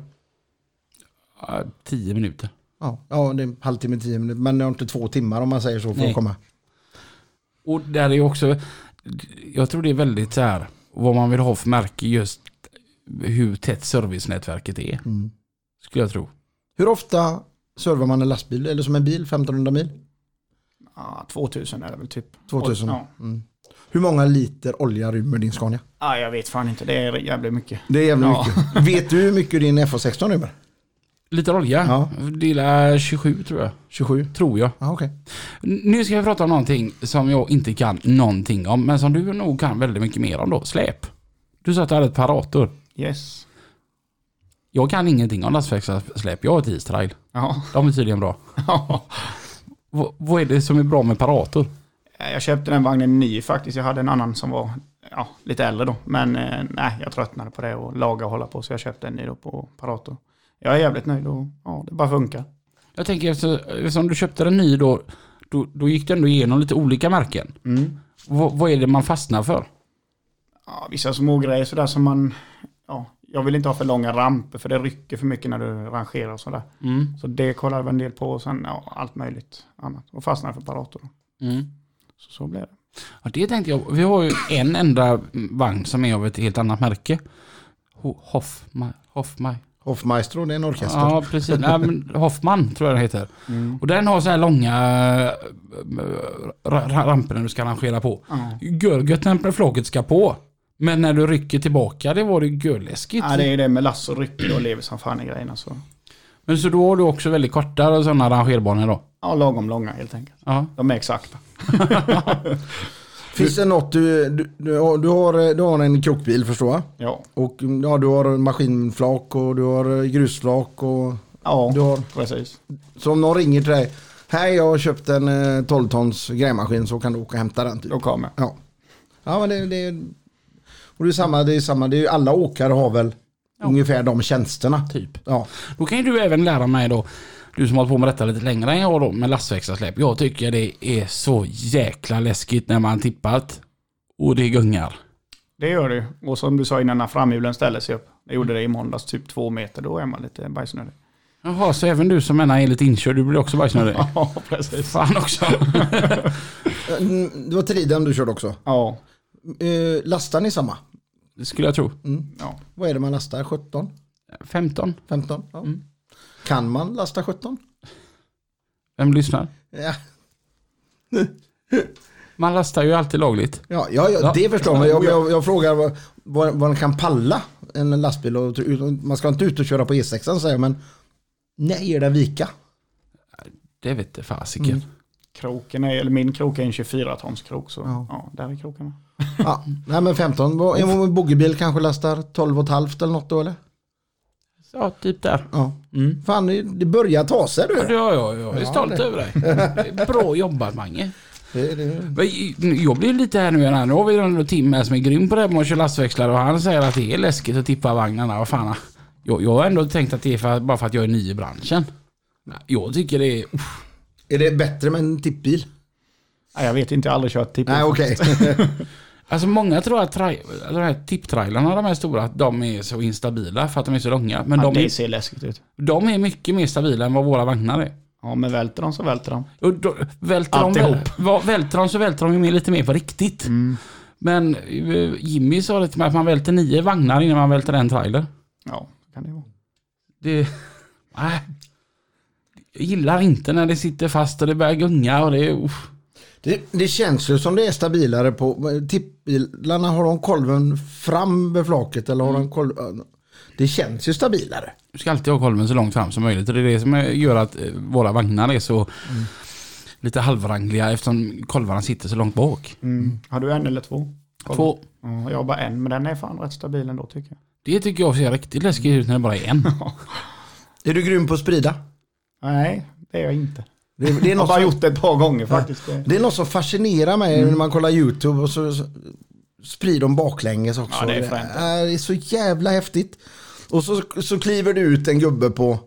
Speaker 2: Ja, tio minuter.
Speaker 1: Ja, ja det är en halvtimme, tio minuter. Men ni har inte två timmar om man säger så för
Speaker 2: Nej.
Speaker 1: att komma.
Speaker 2: Och där är ju också, jag tror det är väldigt så här, vad man vill ha för märke just hur tätt servicenätverket är. Skulle jag tro.
Speaker 1: Mm. Hur ofta servar man en lastbil eller som en bil 1500 mil?
Speaker 3: Ja, 2000 är det väl typ.
Speaker 1: 2000.
Speaker 3: Ja.
Speaker 1: Mm. Hur många liter olja rymmer din Scania?
Speaker 3: ja, jag vet fan inte. Det är jävligt mycket.
Speaker 1: Det är jävligt
Speaker 3: Ja.
Speaker 1: mycket. Vet du hur mycket din FH16 rymmer?
Speaker 2: Lite olja.
Speaker 1: Ja.
Speaker 2: Det är 27 tror jag.
Speaker 1: 27?
Speaker 2: Tror jag.
Speaker 1: Ja, okej.
Speaker 2: N- Nu ska vi prata om någonting som jag inte kan någonting om, men som du nog kan väldigt mycket mer om då. Släp. Du sa att du hade ett parator.
Speaker 3: Yes.
Speaker 2: Jag kan ingenting om lastvägssläp. Jag har ett Israel.
Speaker 3: Ja.
Speaker 2: De är tydligen bra. V- vad är det som är bra med parator?
Speaker 3: Jag köpte den vagnen ny faktiskt. Jag hade en annan som var ja, lite äldre då. Men eh, nej, jag tröttnade på det och laga och hålla på. Så jag köpte en ny då på Parator. Jag är jävligt nöjd och ja, det bara funkar.
Speaker 2: Jag tänker eftersom, eftersom du köpte den ny då, då, då gick du ändå igenom lite olika märken. V- vad är det man fastnar för?
Speaker 3: Ja, vissa små grejer sådär som man... Ja, jag vill inte ha för långa ramper för det rycker för mycket när du rangerar och sådär. Så det kollade jag en del på och sen ja, allt möjligt annat. Och fastnade för Parator. då. Så, så blev det.
Speaker 2: Ja, det tänkte jag. Vi har ju en enda vagn som är av ett helt annat märke. Ho- Hoffma, Hoffma,
Speaker 1: Hoffmaestro, det är en orkester.
Speaker 2: Ja, precis. Nej, men Hoffman tror jag den heter.
Speaker 3: Mm.
Speaker 2: Och den har så här långa äh, ra- ra- ramper när du ska rangera på. Görgött när flåget ska på. Men när du rycker tillbaka, det var det ju görläskigt.
Speaker 3: Ja, det är ju det med lass och rycker och lever som fan i grejerna. Så.
Speaker 2: Men så då har du också väldigt korta sådana rangerbanor då?
Speaker 3: Ja, lagom långa helt enkelt.
Speaker 2: Ja.
Speaker 3: De är exakta.
Speaker 1: Finns det något du, du, du, har- du, har, du har en krokbil förstår jag?
Speaker 3: Ja.
Speaker 1: Och ja, du har maskinflak och du har grusflak och
Speaker 3: Ja,
Speaker 1: du har...
Speaker 3: precis.
Speaker 1: Så om någon ringer till dig. Hej, jag har köpt en eh, 12-tons grävmaskin så kan du åka och hämta den. Typ.
Speaker 3: Då kommer jag.
Speaker 1: Ja. Ja men det, det, och det är samma, det är samma, det är ju alla åkare har väl ungefär de tjänsterna.
Speaker 2: Typ.
Speaker 1: Ja.
Speaker 2: Då kan ju du även lära mig då, du som har hållit på med detta lite längre än jag då, med lastväxlarsläp. Jag tycker det är så jäkla läskigt när man tippat och det gungar.
Speaker 3: Det gör du. Och som du sa innan när framhjulen ställer sig upp. Jag gjorde det i måndags, typ två meter. Då är man lite bajsnödig.
Speaker 2: Jaha, så även du som menar är lite inkörd, du blir också bajsnödig?
Speaker 3: Ja, precis.
Speaker 2: Fan också.
Speaker 1: Mm, Det var Tridem du körde också.
Speaker 3: Ja,
Speaker 1: Eh, lastar ni samma?
Speaker 2: Det skulle jag tro.
Speaker 3: ja.
Speaker 1: Vad är det man lastar? 17?
Speaker 2: 15.
Speaker 1: 15? Ja.
Speaker 2: Mm.
Speaker 1: Kan man lasta 17?
Speaker 2: Vem lyssnar?
Speaker 1: Ja,
Speaker 2: Man lastar ju alltid lagligt.
Speaker 1: ja, ja, ja
Speaker 2: Ja.
Speaker 1: det förstår man. Jag, jag, jag frågar vad, vad, vad den kan palla en lastbil. Och, man ska inte ut och köra på E6 säger jag, men nej, är den vika?
Speaker 2: Det vet jag fasiken.
Speaker 3: Kroken är, eller min krok är en 24-tonskrok. Så
Speaker 1: Ja.
Speaker 3: ja. där är krokarna.
Speaker 1: Ja, nej men 15. Vad- En bogeybil kanske lastar 12,5 eller något då eller?
Speaker 2: Ja, typ där.
Speaker 1: Ja. Fan, det- det börjar ta sig
Speaker 2: Ja,
Speaker 1: du.
Speaker 2: det har jag. Jag är stolt över dig. Bra jobbat Mange.
Speaker 1: Det- det-
Speaker 2: Men Jag blir lite här nu. här. Nu har vi en timme här som är grym på det här med att köra lastväxlar och han säger att det är läskigt att tippa vagnarna. Vad fan. Jag, jag har ändå tänkt att det är för, bara för att jag är ny i branschen. Jag tycker det är...
Speaker 1: Är det bättre med en tippbil?
Speaker 3: Nej, jag vet inte, jag har aldrig kört typ tipp.
Speaker 1: Nej, okej.
Speaker 2: Alltså många tror att tri- de här tipptrailarna, de här stora, att de är så instabila för att de är så långa. Men
Speaker 3: Ja,
Speaker 2: de,
Speaker 3: det
Speaker 2: är,
Speaker 3: ser läskigt ut.
Speaker 2: de är mycket mer stabila än vad våra vagnar är.
Speaker 3: Ja, men välter de så välter de.
Speaker 2: Och då, välter, de, väl,
Speaker 3: Alltihop.
Speaker 2: va- välter de så välter de ju mer- lite mer på riktigt. Men eh, Jimmy sa det till mig att man välter nio vagnar innan man välter en trailer.
Speaker 3: Ja, så kan det vara.
Speaker 2: Det... Nej. Jag gillar inte när det sitter fast och det börjar gunga och det är... uff.
Speaker 1: Det, det känns ju som det är stabilare på eh, tippbilarna. Har de kolven fram vid flaket eller har de kolven... Det känns ju stabilare.
Speaker 2: Du ska alltid ha kolven så långt fram som möjligt. Och det är det som är- gör att eh, våra vagnar är så lite halvrangliga eftersom kolvarna sitter så långt bak.
Speaker 3: Mm. Har du en eller två?
Speaker 2: Två.
Speaker 3: Ja, jag har bara en, men den är fan rätt stabil ändå tycker jag.
Speaker 2: Det tycker jag ser riktigt läskigt ut när det bara är en.
Speaker 1: Är du grym på att sprida?
Speaker 3: Nej, det är jag inte.
Speaker 1: Det, det, är,
Speaker 3: Jag har
Speaker 1: något
Speaker 3: bara
Speaker 1: som,
Speaker 3: gjort det ett par gånger faktiskt. Mm. Det-
Speaker 1: det är något som fascinerar mig när man kollar YouTube och så, så sprider de baklänges också.
Speaker 3: Ja, det är fränt.
Speaker 1: det är så jävla häftigt. Och så, så kliver det ut en gubbe på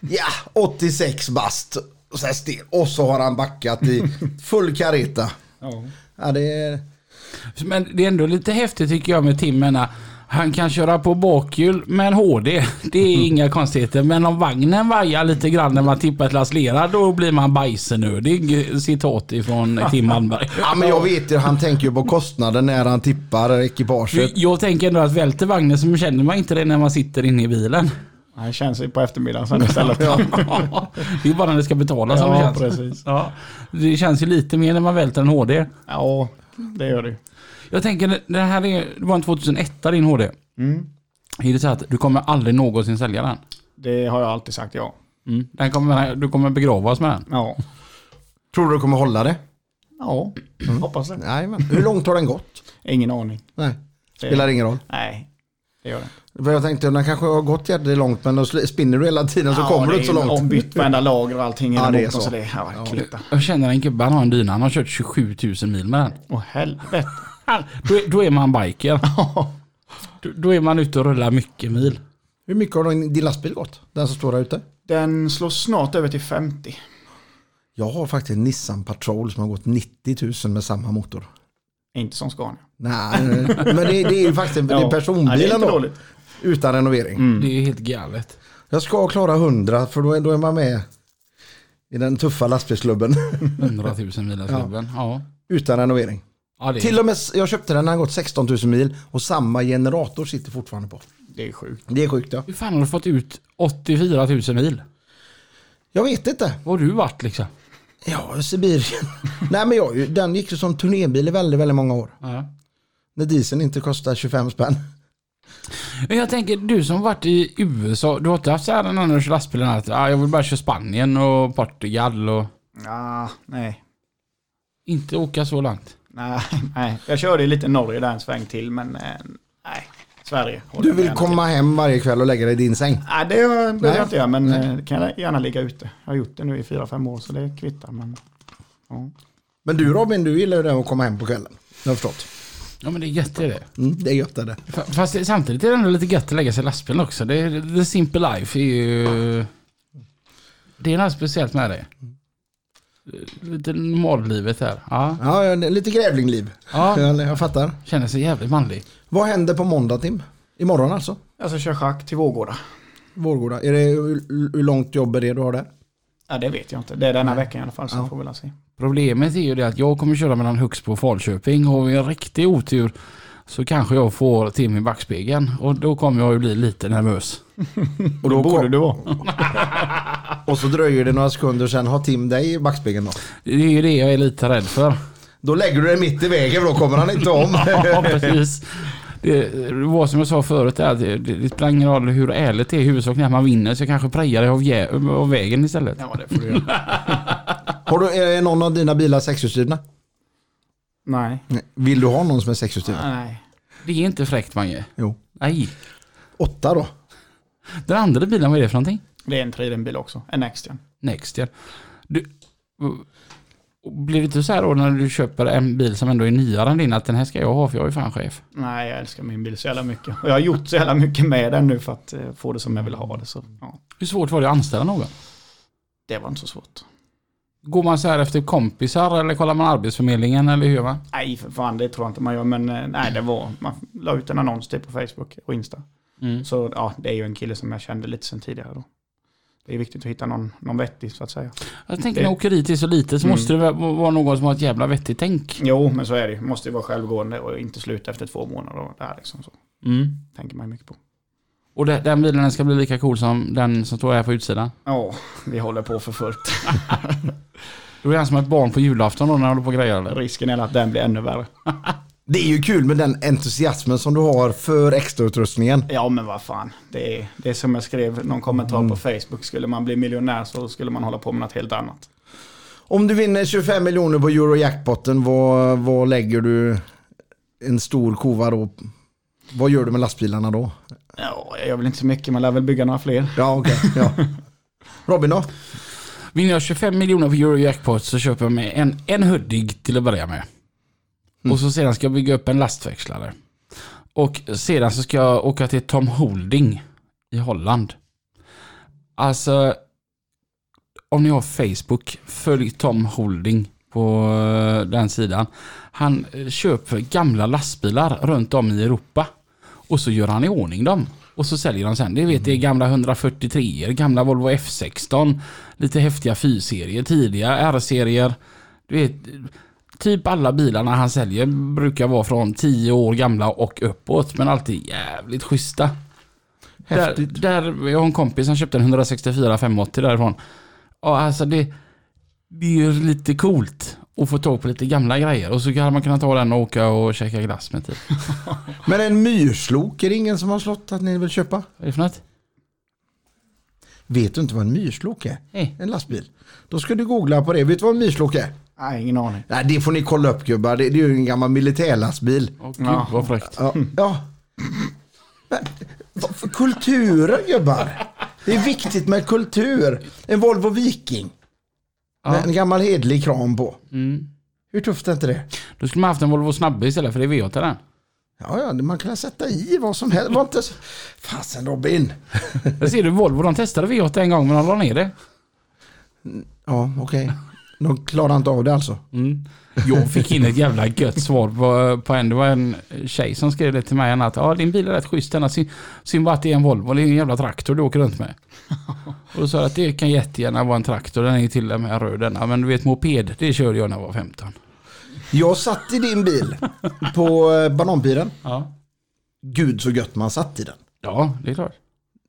Speaker 1: ja, 86 bast. Och så, här stel, och så har han backat i full kareta.
Speaker 3: Ja.
Speaker 1: Ja, det är...
Speaker 2: Men det är ändå lite häftigt tycker jag med Tim. menar, Han kan köra på bakhjul med en HD. Det är inga konstigheter. Men om vagnen vajar lite grann när man tippar ett lass lera, då blir man bajsenödig. Citat ifrån Tim Malmberg.
Speaker 1: Ja, men jag vet ju, han tänker ju på kostnaden när han tippar ekipaget.
Speaker 2: Jag tänker ändå att välter vagnen så känner man inte det när man sitter inne i bilen.
Speaker 3: Nej, Det känns ju på eftermiddagen sen istället.
Speaker 2: Det är bara när det ska betalas som det
Speaker 3: ja,
Speaker 2: känns.
Speaker 3: precis.
Speaker 2: Ja, det känns ju lite mer när man välter en HD.
Speaker 3: Ja, det gör det ju.
Speaker 2: Jag tänker, det här är, det var en 2001 din HD.
Speaker 3: Mm.
Speaker 2: Är det så att du kommer aldrig någonsin sälja den?
Speaker 3: Det har jag alltid sagt ja.
Speaker 2: Mm. Den kommer, du kommer begravas med den.
Speaker 3: Ja,
Speaker 1: Tror du du kommer hålla det?
Speaker 3: ja hoppas det.
Speaker 1: Nej, men. Hur långt har den gått?
Speaker 3: Ingen aning.
Speaker 1: Nej,
Speaker 3: Det,
Speaker 1: spelar ingen roll.
Speaker 3: Nej, det gör det inte.
Speaker 1: För jag tänkte, den kanske har gått jättelångt, men då sl- spinner du hela tiden så kommer du inte så långt.
Speaker 3: Ombytt varenda lager och allting.
Speaker 1: Ja,
Speaker 3: innan
Speaker 1: det är
Speaker 3: motorn,
Speaker 1: så.
Speaker 3: det ja, klippa.
Speaker 2: Jag känner en gubbe, han har en dyna, han har kört 27 000 mil med den.
Speaker 3: Åh helvete.
Speaker 2: Han- Då, är- då är man biker. Då, då är man ute och rullar mycket mil.
Speaker 1: Hur mycket har din din lastbil gått? Den som står där ute?
Speaker 3: Den slår snart över till 50.
Speaker 1: Jag har faktiskt en Nissan Patrol som har gått 90 000 med samma motor.
Speaker 3: Inte som Scania.
Speaker 1: Nej, men det, det är ju faktiskt en det är Mm.
Speaker 3: Ja.
Speaker 1: personbil
Speaker 3: Nej, det är inte
Speaker 1: ändå,
Speaker 3: dåligt.
Speaker 1: Utan renovering.
Speaker 2: Det är helt galet.
Speaker 1: Jag ska klara 100 för då är, då är man med i den tuffa lastbilsklubben.
Speaker 2: 100 000 mil ja. ja.
Speaker 1: utan renovering.
Speaker 2: ja det är,
Speaker 1: Till och med, s- jag köpte den när den gått 16 000 mil och samma generator sitter fortfarande på.
Speaker 3: Det är sjukt.
Speaker 1: Det är sjukt ja.
Speaker 2: hur fan har du fått ut 84 000 mil?
Speaker 1: Jag vet inte.
Speaker 2: Var har du varit liksom?
Speaker 1: Ja, Sibirien. Nej men jag, den gick ju som turnébil i väldigt, väldigt många år.
Speaker 2: Ja.
Speaker 1: När dieseln inte kostar 25 spänn.
Speaker 2: Men Jag tänker, du som varit i USA, du har inte haft så här en annan lastbil än att ah, jag vill bara köra Spanien och Portugal och
Speaker 3: Ja, nej.
Speaker 2: inte åka så långt.
Speaker 3: Nej, nej. Jag körde ju lite Norge där en sväng till, men eh, nej. Sverige. håller
Speaker 1: Du
Speaker 3: jag
Speaker 1: vill
Speaker 3: gärna
Speaker 1: komma hem varje kväll och lägga dig i din säng.
Speaker 3: till. Nej, det behöver
Speaker 1: Nej.
Speaker 3: jag inte göra, men eh, det kan jag gärna ligga ute. Jag har gjort det nu i fyra, fem år, så det kvittar. Men, ja.
Speaker 1: Men du Robin, du gillar ju det här att komma hem på kvällen. Jag har förstått.
Speaker 2: Ja men det är gött det är det.
Speaker 1: Mm, det är gött det.
Speaker 2: Fa- Fast det, samtidigt är det ändå lite gött att lägga sig i lastbilen också. Det, är- the simple life är ju... Det är något speciellt med det. Lite normallivet här. Ja.
Speaker 1: Ja, ja, det är lite grävlingliv.
Speaker 2: ja.
Speaker 1: Jag, jag fattar.
Speaker 2: Känner sig jävligt manlig.
Speaker 1: Vad händer på måndag Tim? Imorgon alltså?
Speaker 3: Jag ska köra schack till Vårgårda.
Speaker 1: Vårgårda. Är det, hur, hur långt jobb är det du har där?
Speaker 3: Ja, det vet jag inte. Det är denna veckan i alla fall, så får vi väl se.
Speaker 2: Problemet är ju det att jag kommer köra mellan Högsbo och Falköping. Har vi en riktig otur så kanske jag får Tim i backspegeln. Och då kommer jag ju bli lite nervös.
Speaker 1: Och då
Speaker 3: Borde
Speaker 1: kom-
Speaker 3: du vara.
Speaker 1: Och så dröjer det några sekunder sen har Tim dig i backspegeln då.
Speaker 2: Det är ju det jag är lite rädd för.
Speaker 1: Då lägger du dig mitt i vägen för då kommer han inte om.
Speaker 2: Ja, precis. Det det var som jag sa förut, där, det, det, det spelar ingen roll hur ärligt det är. Huvudsaken är att man vinner, så jag kanske prejar det av, jä- av vägen istället.
Speaker 3: Ja, det får du göra.
Speaker 1: har du, är någon av dina bilar sexhjulsdrivna?
Speaker 3: Nej.
Speaker 1: Vill du ha någon som är sexhjulsdriven?
Speaker 3: Nej.
Speaker 2: Det är inte fräckt, Mange.
Speaker 1: Jo.
Speaker 2: Nej.
Speaker 1: Åtta då?
Speaker 2: Den andra bilen, vad är det för någonting?
Speaker 3: Det är en tridenbil också. En Nextion.
Speaker 2: Next, ja. Du, och blir det inte så här då när du köper en bil som ändå är nyare än din, att den här ska jag ha för jag är fan chef?
Speaker 3: Nej, jag älskar min bil så jävla mycket. Och jag har gjort så jävla mycket med den nu för att eh, få det som jag vill ha det. Så ja,
Speaker 2: Hur svårt var det att anställa någon?
Speaker 3: det var inte så svårt.
Speaker 2: Går man så här efter kompisar eller kollar man Arbetsförmedlingen eller hur gör man?
Speaker 3: Nej, för fan, det tror jag inte man gör. Men eh, nej, det var, man la ut en annons typ på Facebook och Insta. Så ja, det är ju en kille som jag kände lite sen tidigare då. Det är viktigt att hitta någon, någon vettig så att säga.
Speaker 2: Jag tänker
Speaker 3: Det-
Speaker 2: när åkeriet är så litet så
Speaker 3: Mm.
Speaker 2: måste det väl vara någon som har ett jävla vettigt tänk.
Speaker 3: Jo, men så är det ju. Måste ju vara självgående och inte sluta efter två månader. Och det här liksom så tänker man ju mycket på.
Speaker 2: Och det, den bilen den ska bli lika cool som den som står här på utsidan.
Speaker 3: Ja, vi håller på för fullt.
Speaker 2: Då är han som ett barn på julafton då när han håller på och grejer eller?
Speaker 3: Risken är att den blir ännu värre.
Speaker 1: Det är ju kul med den entusiasmen som du har för extrautrustningen.
Speaker 3: Ja, men vad fan. Det är, det är som jag skrev någon kommentar på Facebook. Skulle man bli miljonär så skulle man hålla på med något helt annat.
Speaker 1: Om du vinner 25 miljoner på Eurojackpotten, vad, vad lägger du en stor kova då? Vad gör du med lastbilarna då?
Speaker 3: Ja, jag vill inte så mycket. Man lär väl bygga några fler.
Speaker 1: Ja, okej. ja. Robin då?
Speaker 2: Vinner jag 25 miljoner på Eurojackpot så köper jag mig en, en huddig till att börja med. Och så sedan ska jag bygga upp en lastväxlare. Och sedan så ska jag åka till Tom Holding i Holland. Alltså, om ni har Facebook, följ Tom Holding på eh, den sidan. Han eh, köper gamla lastbilar runt om i Europa. Och så gör han i ordning dem. Och så säljer de sen. Det vet det är gamla 143 gamla Volvo F16, lite häftiga 4-serier, tidiga R-serier. Du vet, typ alla bilarna han säljer brukar vara från 10 år gamla och uppåt, men alltid jävligt schyssta. Där,
Speaker 1: Häftigt.
Speaker 2: där, jag har en kompis som köpte en 164 580 därifrån. Ja, alltså det, det är ju lite coolt att få tag på lite gamla grejer och så hade man kunnat ta den och åka och käka glass med typ.
Speaker 1: Men en myrslok är det ingen som har slått att ni vill köpa?
Speaker 2: Vad är det för något?
Speaker 1: Vet du inte vad en myrslok är?
Speaker 2: Nej.
Speaker 1: En lastbil. Då ska du googla på det. Vet du vad en myrslok är?
Speaker 3: Nej, ingen aning.
Speaker 1: Nej, det får ni kolla upp gubbar. Det, det är ju en gammal militärlastbil.
Speaker 2: Åh gud
Speaker 3: Ja.
Speaker 2: vad fräckt.
Speaker 1: Ja. ja. Men, vad för kulturen gubbar? Det är viktigt med kultur. En Volvo Viking. Med en gammal hedlig kran på. Hur tufft är inte det?
Speaker 2: Då skulle man haft en Volvo Snabbe istället för det är V8 den.
Speaker 1: Ja, ja, man kan sätta i vad som helst. Var inte så... Fasen Robin.
Speaker 2: Där ser du Volvo, de testade V8 en gång men de la ner det.
Speaker 1: Ja, okej. De klarar inte av det alltså.
Speaker 2: Jag fick in ett jävla gött svar på, på en, det var en tjej som skrev det till mig att ja din bil är rätt schysst denna, synd, synd bara att det är en Volvo, det är en jävla traktor du åker runt med. Och då sa jag att det kan jättegärna vara en traktor, den är ju till och med röd denna, men du vet moped, det körde jag när jag var 15.
Speaker 1: Jag satt i din bil på eh, bananpiren.
Speaker 2: Ja,
Speaker 1: Gud så gött man satt i den.
Speaker 2: ja det är klart.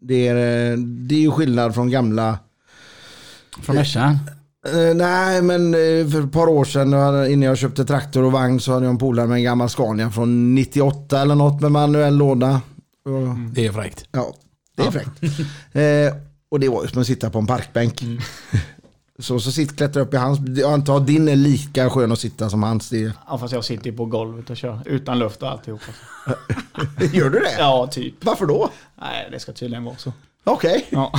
Speaker 1: Det är, eh, det är ju skillnad från gamla
Speaker 2: Från Mercan.
Speaker 1: Eh, nej, men eh, för ett par år sedan då hade- innan jag köpte traktor och vagn så hade jag en polare med en gammal Scania från 98 eller något med manuell låda. Och,
Speaker 3: Mm.
Speaker 2: Det är fräckt.
Speaker 1: Ja, det är fräckt. Eh, och det var ju som att sitta på en parkbänk.
Speaker 3: Mm.
Speaker 1: Så, så sitt, klättra upp i hans. Jag antar att din är lika skön att sitta som hans. Det,
Speaker 3: Ja, fast jag sitter ju på golvet och kör utan luft och alltihop.
Speaker 1: gör du det?
Speaker 3: Ja, typ.
Speaker 1: Varför då?
Speaker 3: Nej, det ska tydligen vara så.
Speaker 1: Okej.
Speaker 3: Ja.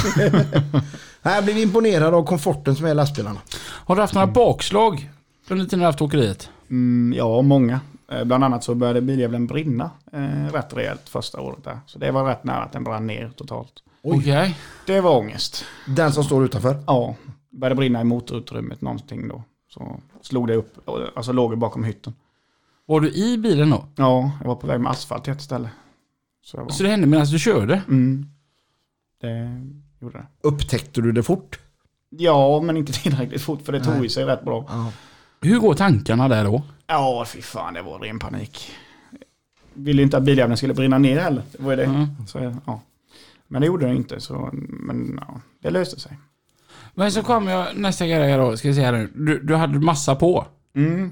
Speaker 1: Nej, Jag blev imponerad av komforten som är i lastbilarna.
Speaker 2: Har du haft några bakslag under tiden du har haft åkeriet?
Speaker 3: Mm, ja, många. Eh, Bland annat så började biljäveln brinna eh, rätt rejält första året där. Så det var rätt nära att den brann ner totalt.
Speaker 2: Okej.
Speaker 3: Det var ångest.
Speaker 1: Den som står utanför.
Speaker 3: Ja, började brinna i motorutrymmet någonting då. Så slog det upp, alltså låg det bakom hytten.
Speaker 2: Var du i bilen då?
Speaker 3: Ja, jag var på väg med asfalt till ett ställe. Så jag var.
Speaker 2: Så det hände medan du körde?
Speaker 3: Mm. Det gjorde det.
Speaker 1: Upptäckte du det fort?
Speaker 3: Ja, men inte tillräckligt fort för det tog i sig rätt bra.
Speaker 2: Hur går tankarna där då?
Speaker 3: Ja, fy fan, det var ren panik. Ville ju inte att biljäveln skulle brinna ner heller. Det var ju det.
Speaker 2: Mm.
Speaker 3: Så, ja. Men det gjorde den inte, så, men ja, det löste sig.
Speaker 2: Men så kommer jag nästa grej då, ska jag säga nu. Du, du hade massa på.
Speaker 3: Mm.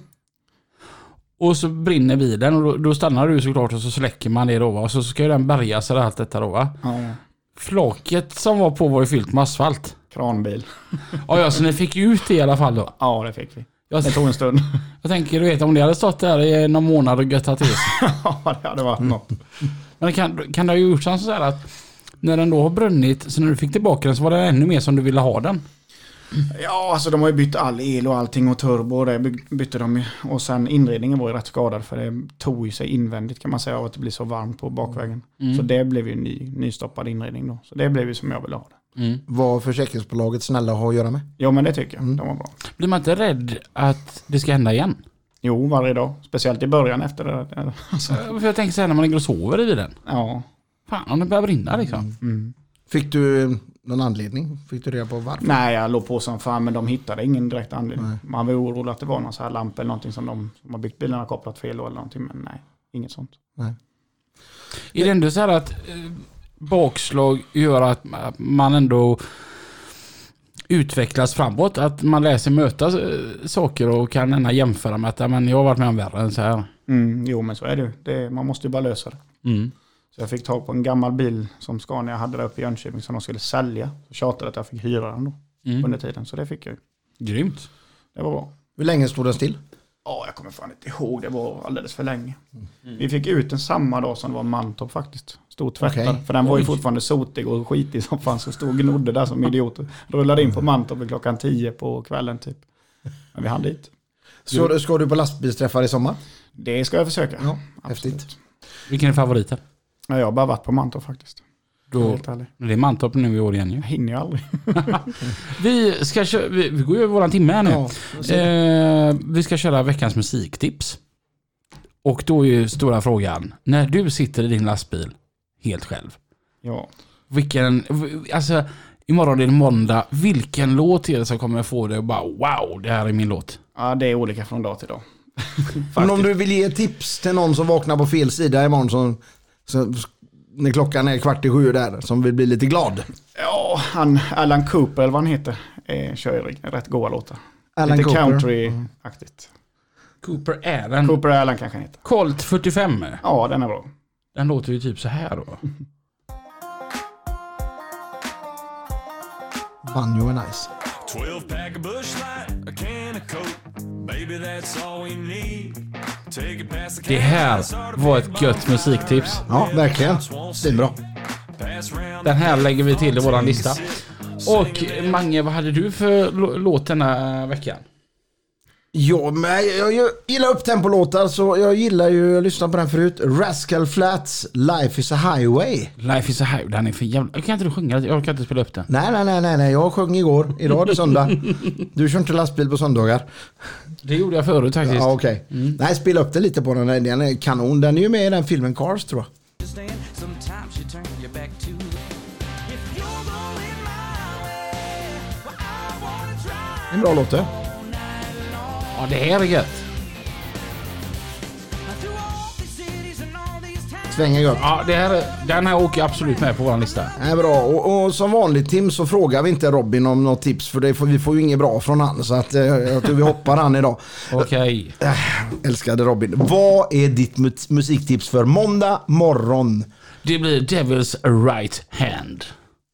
Speaker 2: Och så brinner bilen och då, då stannar du såklart och så släcker man det då va. Och så ska ju den bärgas och allt detta då va.
Speaker 3: Ja,
Speaker 2: Flaket som var på var ju fyllt med asfalt.
Speaker 3: kranbil.
Speaker 2: Ja, ja så ni fick ju ut det i alla fall då.
Speaker 3: Ja, det fick vi.
Speaker 2: Jag,
Speaker 3: Det tog en stund.
Speaker 2: jag tänker du vet om det hade stått där i någon månad och göttat till sig.
Speaker 3: ja, det hade varit
Speaker 2: Mm.
Speaker 3: något.
Speaker 2: Men kan, kan det ha gjort så här att när den då har brunnit så när du fick tillbaka den så var den ännu mer som du ville ha den.
Speaker 3: Ja, alltså de har ju bytt all el och allting och turbo och det by- bytte de ju. Och sen inredningen var ju rätt skadad för det tog ju sig invändigt kan man säga av att det blir så varmt på bakvägen. Så det blev ju en ny, nystoppad inredning då. Så det blev ju som jag ville ha det.
Speaker 2: Mm.
Speaker 1: Vad försäkringsbolaget snälla har att göra med.
Speaker 3: Jo men det tycker jag, de var bra.
Speaker 2: Blir man inte rädd att det ska hända igen?
Speaker 3: Jo, varje dag. Speciellt i början efter det. där. Alltså,
Speaker 2: För jag tänker så här när man ligger och sover i bilen.
Speaker 3: ja.
Speaker 2: Fan om det börjar brinna liksom.
Speaker 3: Mm.
Speaker 1: Fick du någon anledning? Fick du reda på varför?
Speaker 3: Nej, jag låg på som fan men de hittade ingen direkt anledning. Man var orolig att det var någon så här lampa eller någonting som de som har byggt bilarna kopplat fel då eller någonting. Men nej, inget sånt.
Speaker 2: Är det ändå så här att eh, bakslag gör att att man ändå utvecklas framåt? Att man lär sig möta eh, saker och kan ändå jämföra med att "Ja, men jag har varit med om värre än så här.
Speaker 3: Mm, jo, men så är det ju. Det- Man måste ju bara lösa det.
Speaker 2: Mm.
Speaker 3: Så jag fick tag på en gammal bil som Scania hade där uppe i Jönköping som de skulle sälja. Så tjatade jag att jag fick hyra den då
Speaker 2: Mm.
Speaker 3: under tiden. Så det fick jag ju.
Speaker 2: Grymt.
Speaker 3: Det var bra.
Speaker 1: Hur länge stod den still?
Speaker 3: Ja, jag kommer fan inte ihåg. Det var alldeles för länge. Vi fick ut den samma dag som det var Mantorp faktiskt. Stod tvättad.
Speaker 1: Okej.
Speaker 3: För den var ju
Speaker 2: Oj.
Speaker 3: fortfarande sotig och skitig som fanns och stod och gnodde där som idioter. Rullade in på Mantorp vid klockan tio på kvällen typ. Men vi hann dit.
Speaker 1: Så, ska du på lastbilsträffar i sommar?
Speaker 3: Det ska jag försöka.
Speaker 1: Ja,
Speaker 3: Absolut.
Speaker 1: häftigt.
Speaker 2: Vilken är favoriten?
Speaker 3: Ja, jag har bara varit på Mantorp faktiskt.
Speaker 2: Då,
Speaker 3: Helt ärligt.
Speaker 2: det är Mantorp nu i år igen ju.
Speaker 3: Jag hinner ju aldrig.
Speaker 2: Vi, ska kö- vi, vi går ju över våran timme här nu.
Speaker 1: Ja,
Speaker 2: Eh, vi ska köra veckans musiktips. Och då är ju stora frågan, när du sitter i din lastbil helt själv,
Speaker 3: Ja.
Speaker 2: vilken, alltså imorgon är det måndag, vilken låt är det som kommer få dig att bara wow, det här är min låt?
Speaker 3: ja, det är olika från dag till dag.
Speaker 1: Men om du vill ge tips till någon som vaknar på fel sida imorgon som, som, när klockan är kvart i sju där, som vill bli lite glad.
Speaker 3: Ja, han Alan Cooper eller vad han heter, eh, kör ju rätt goa låtar.
Speaker 1: Alan
Speaker 3: Lite
Speaker 1: Cooper. Mm.
Speaker 3: country-aktigt.
Speaker 2: Cooper Allen.
Speaker 3: Cooper Alan kanske han heter.
Speaker 2: Colt 45.
Speaker 3: Ja, den är bra.
Speaker 2: Den låter ju typ så här då.
Speaker 1: Banjo är nice.
Speaker 5: 12 pack of bush light, a can of coke. Baby, that's all we need. Take it past the
Speaker 2: Det här var ett gött musiktips.
Speaker 1: Ja, verkligen. Svinbra.
Speaker 5: Pass round
Speaker 2: Den här lägger vi till i våran lista. Och Mange, vad hade du för lå- låt denna veckan?
Speaker 1: Ja, men jag, jag gillar upptempolåtar så jag gillar ju, jag lyssnade på den förut, Rascal Flats Life is a Highway.
Speaker 2: Life is a highway, den är för jävla... Kan inte du sjunga? Jag orkar inte spela upp den.
Speaker 1: Nej, nej, nej, nej, nej, jag sjöng igår. Idag är det söndag. Du kör inte lastbil på söndagar.
Speaker 2: Det gjorde jag förut faktiskt. Mm.
Speaker 1: Ja, okej. Nej, spela upp det lite på den. där. Den är kanon. Den är ju med i den filmen Cars tror jag.
Speaker 6: understand. Sometimes you turn your back to the
Speaker 5: If you're going my way, well, I wanna drive.
Speaker 1: En bra låt det.
Speaker 2: Ja, det här är gött.
Speaker 6: through all these cities and all these towns.
Speaker 1: Svänger gött.
Speaker 2: Ja, det här är, den här åker jag absolut med på vår lista.
Speaker 1: Nej, bra. Och, och som vanligt Tim så frågar vi inte Robin om något tips för det får, vi får ju inget bra från han. Så att, eh, jag tror vi hoppar han idag.
Speaker 2: Okej.
Speaker 1: Älskade Robin. Vad är ditt mu- musiktips för måndag morgon?
Speaker 2: Det blir Devil's Right Hand.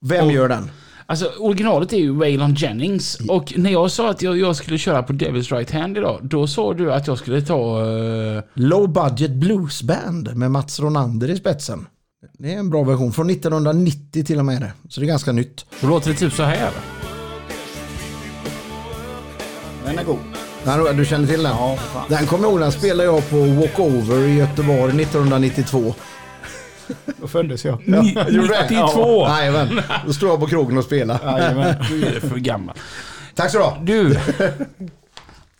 Speaker 1: Vem gör den?
Speaker 2: Alltså originalet är ju Waylon Jennings
Speaker 1: Mm.
Speaker 2: och när jag sa att jag, jag skulle köra på Devil's Right Hand idag, då sa du att jag skulle ta... eh,
Speaker 1: Low Budget Blues Band med Mats Ronander i spetsen. Det är en bra version. Från 1990 till och med. är det. Så det är ganska nytt.
Speaker 2: då låter det typ så här.
Speaker 3: Den är god.
Speaker 1: Ja, Du känner till den?
Speaker 3: Ja, för fan.
Speaker 1: Den kommer jag ihåg, den spelade jag på Walkover i Göteborg 1992.
Speaker 3: Då föddes jag.
Speaker 2: Ni-
Speaker 1: Gjorde det?
Speaker 2: 92!
Speaker 1: Jajamän, då stod jag på krogen och spelade.
Speaker 3: Jajamän.
Speaker 2: Du är för gammal.
Speaker 1: Tack så du ha.
Speaker 2: Du!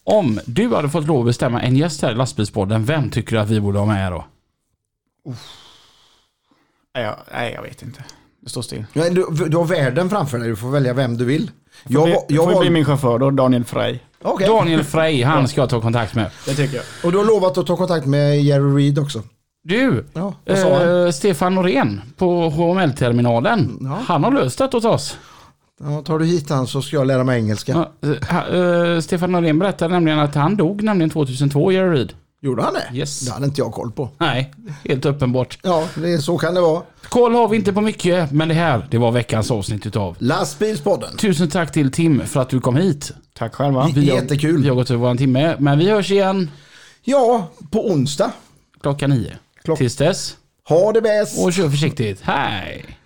Speaker 2: Om du hade fått lov att bestämma en gäst här i lastbilspodden, vem tycker du att vi borde ha med då?
Speaker 3: Nej, jag, nej, jag vet inte. Det står still.
Speaker 1: Men Du, du har världen framför dig, du får välja vem du vill. Jag,
Speaker 3: Jag,
Speaker 1: var-
Speaker 3: jag
Speaker 1: jag
Speaker 3: får ju bli
Speaker 1: var,
Speaker 3: min chaufför då, Daniel Frey.
Speaker 1: Okej.
Speaker 2: Daniel Frey, han ska jag ta kontakt med.
Speaker 3: Det tycker jag.
Speaker 1: Och du har lovat att ta kontakt med Jerry Reed också.
Speaker 2: Du!
Speaker 1: Ja.
Speaker 2: Eh,
Speaker 1: Vad sa han?
Speaker 2: Stefan Norén på HML-terminalen. Han har löst det åt oss.
Speaker 1: Ja, tar du hit han så ska jag lära mig engelska.
Speaker 2: Ja, eh, ha- eh, Stefan Norén berättade nämligen att han dog nämligen 2002, Jerry Reed.
Speaker 1: Gjorde han det?
Speaker 2: Yes.
Speaker 1: Det hade inte jag koll på.
Speaker 2: Nej, helt uppenbart.
Speaker 1: Ja, det är, så kan det vara.
Speaker 2: Koll har vi inte på mycket, men det här, det var veckans avsnitt utav.
Speaker 1: Lastbilspodden.
Speaker 2: Tusen tack till Tim för att du kom hit.
Speaker 3: Tack själva.
Speaker 1: Vi- Jättekul.
Speaker 2: Vi har gått över våran timme, men vi hörs igen
Speaker 1: Ja, på onsdag.
Speaker 2: klockan nio.
Speaker 1: Klock-
Speaker 2: Tills dess,
Speaker 1: Ha det bäst.
Speaker 2: och kör försiktigt. Hej!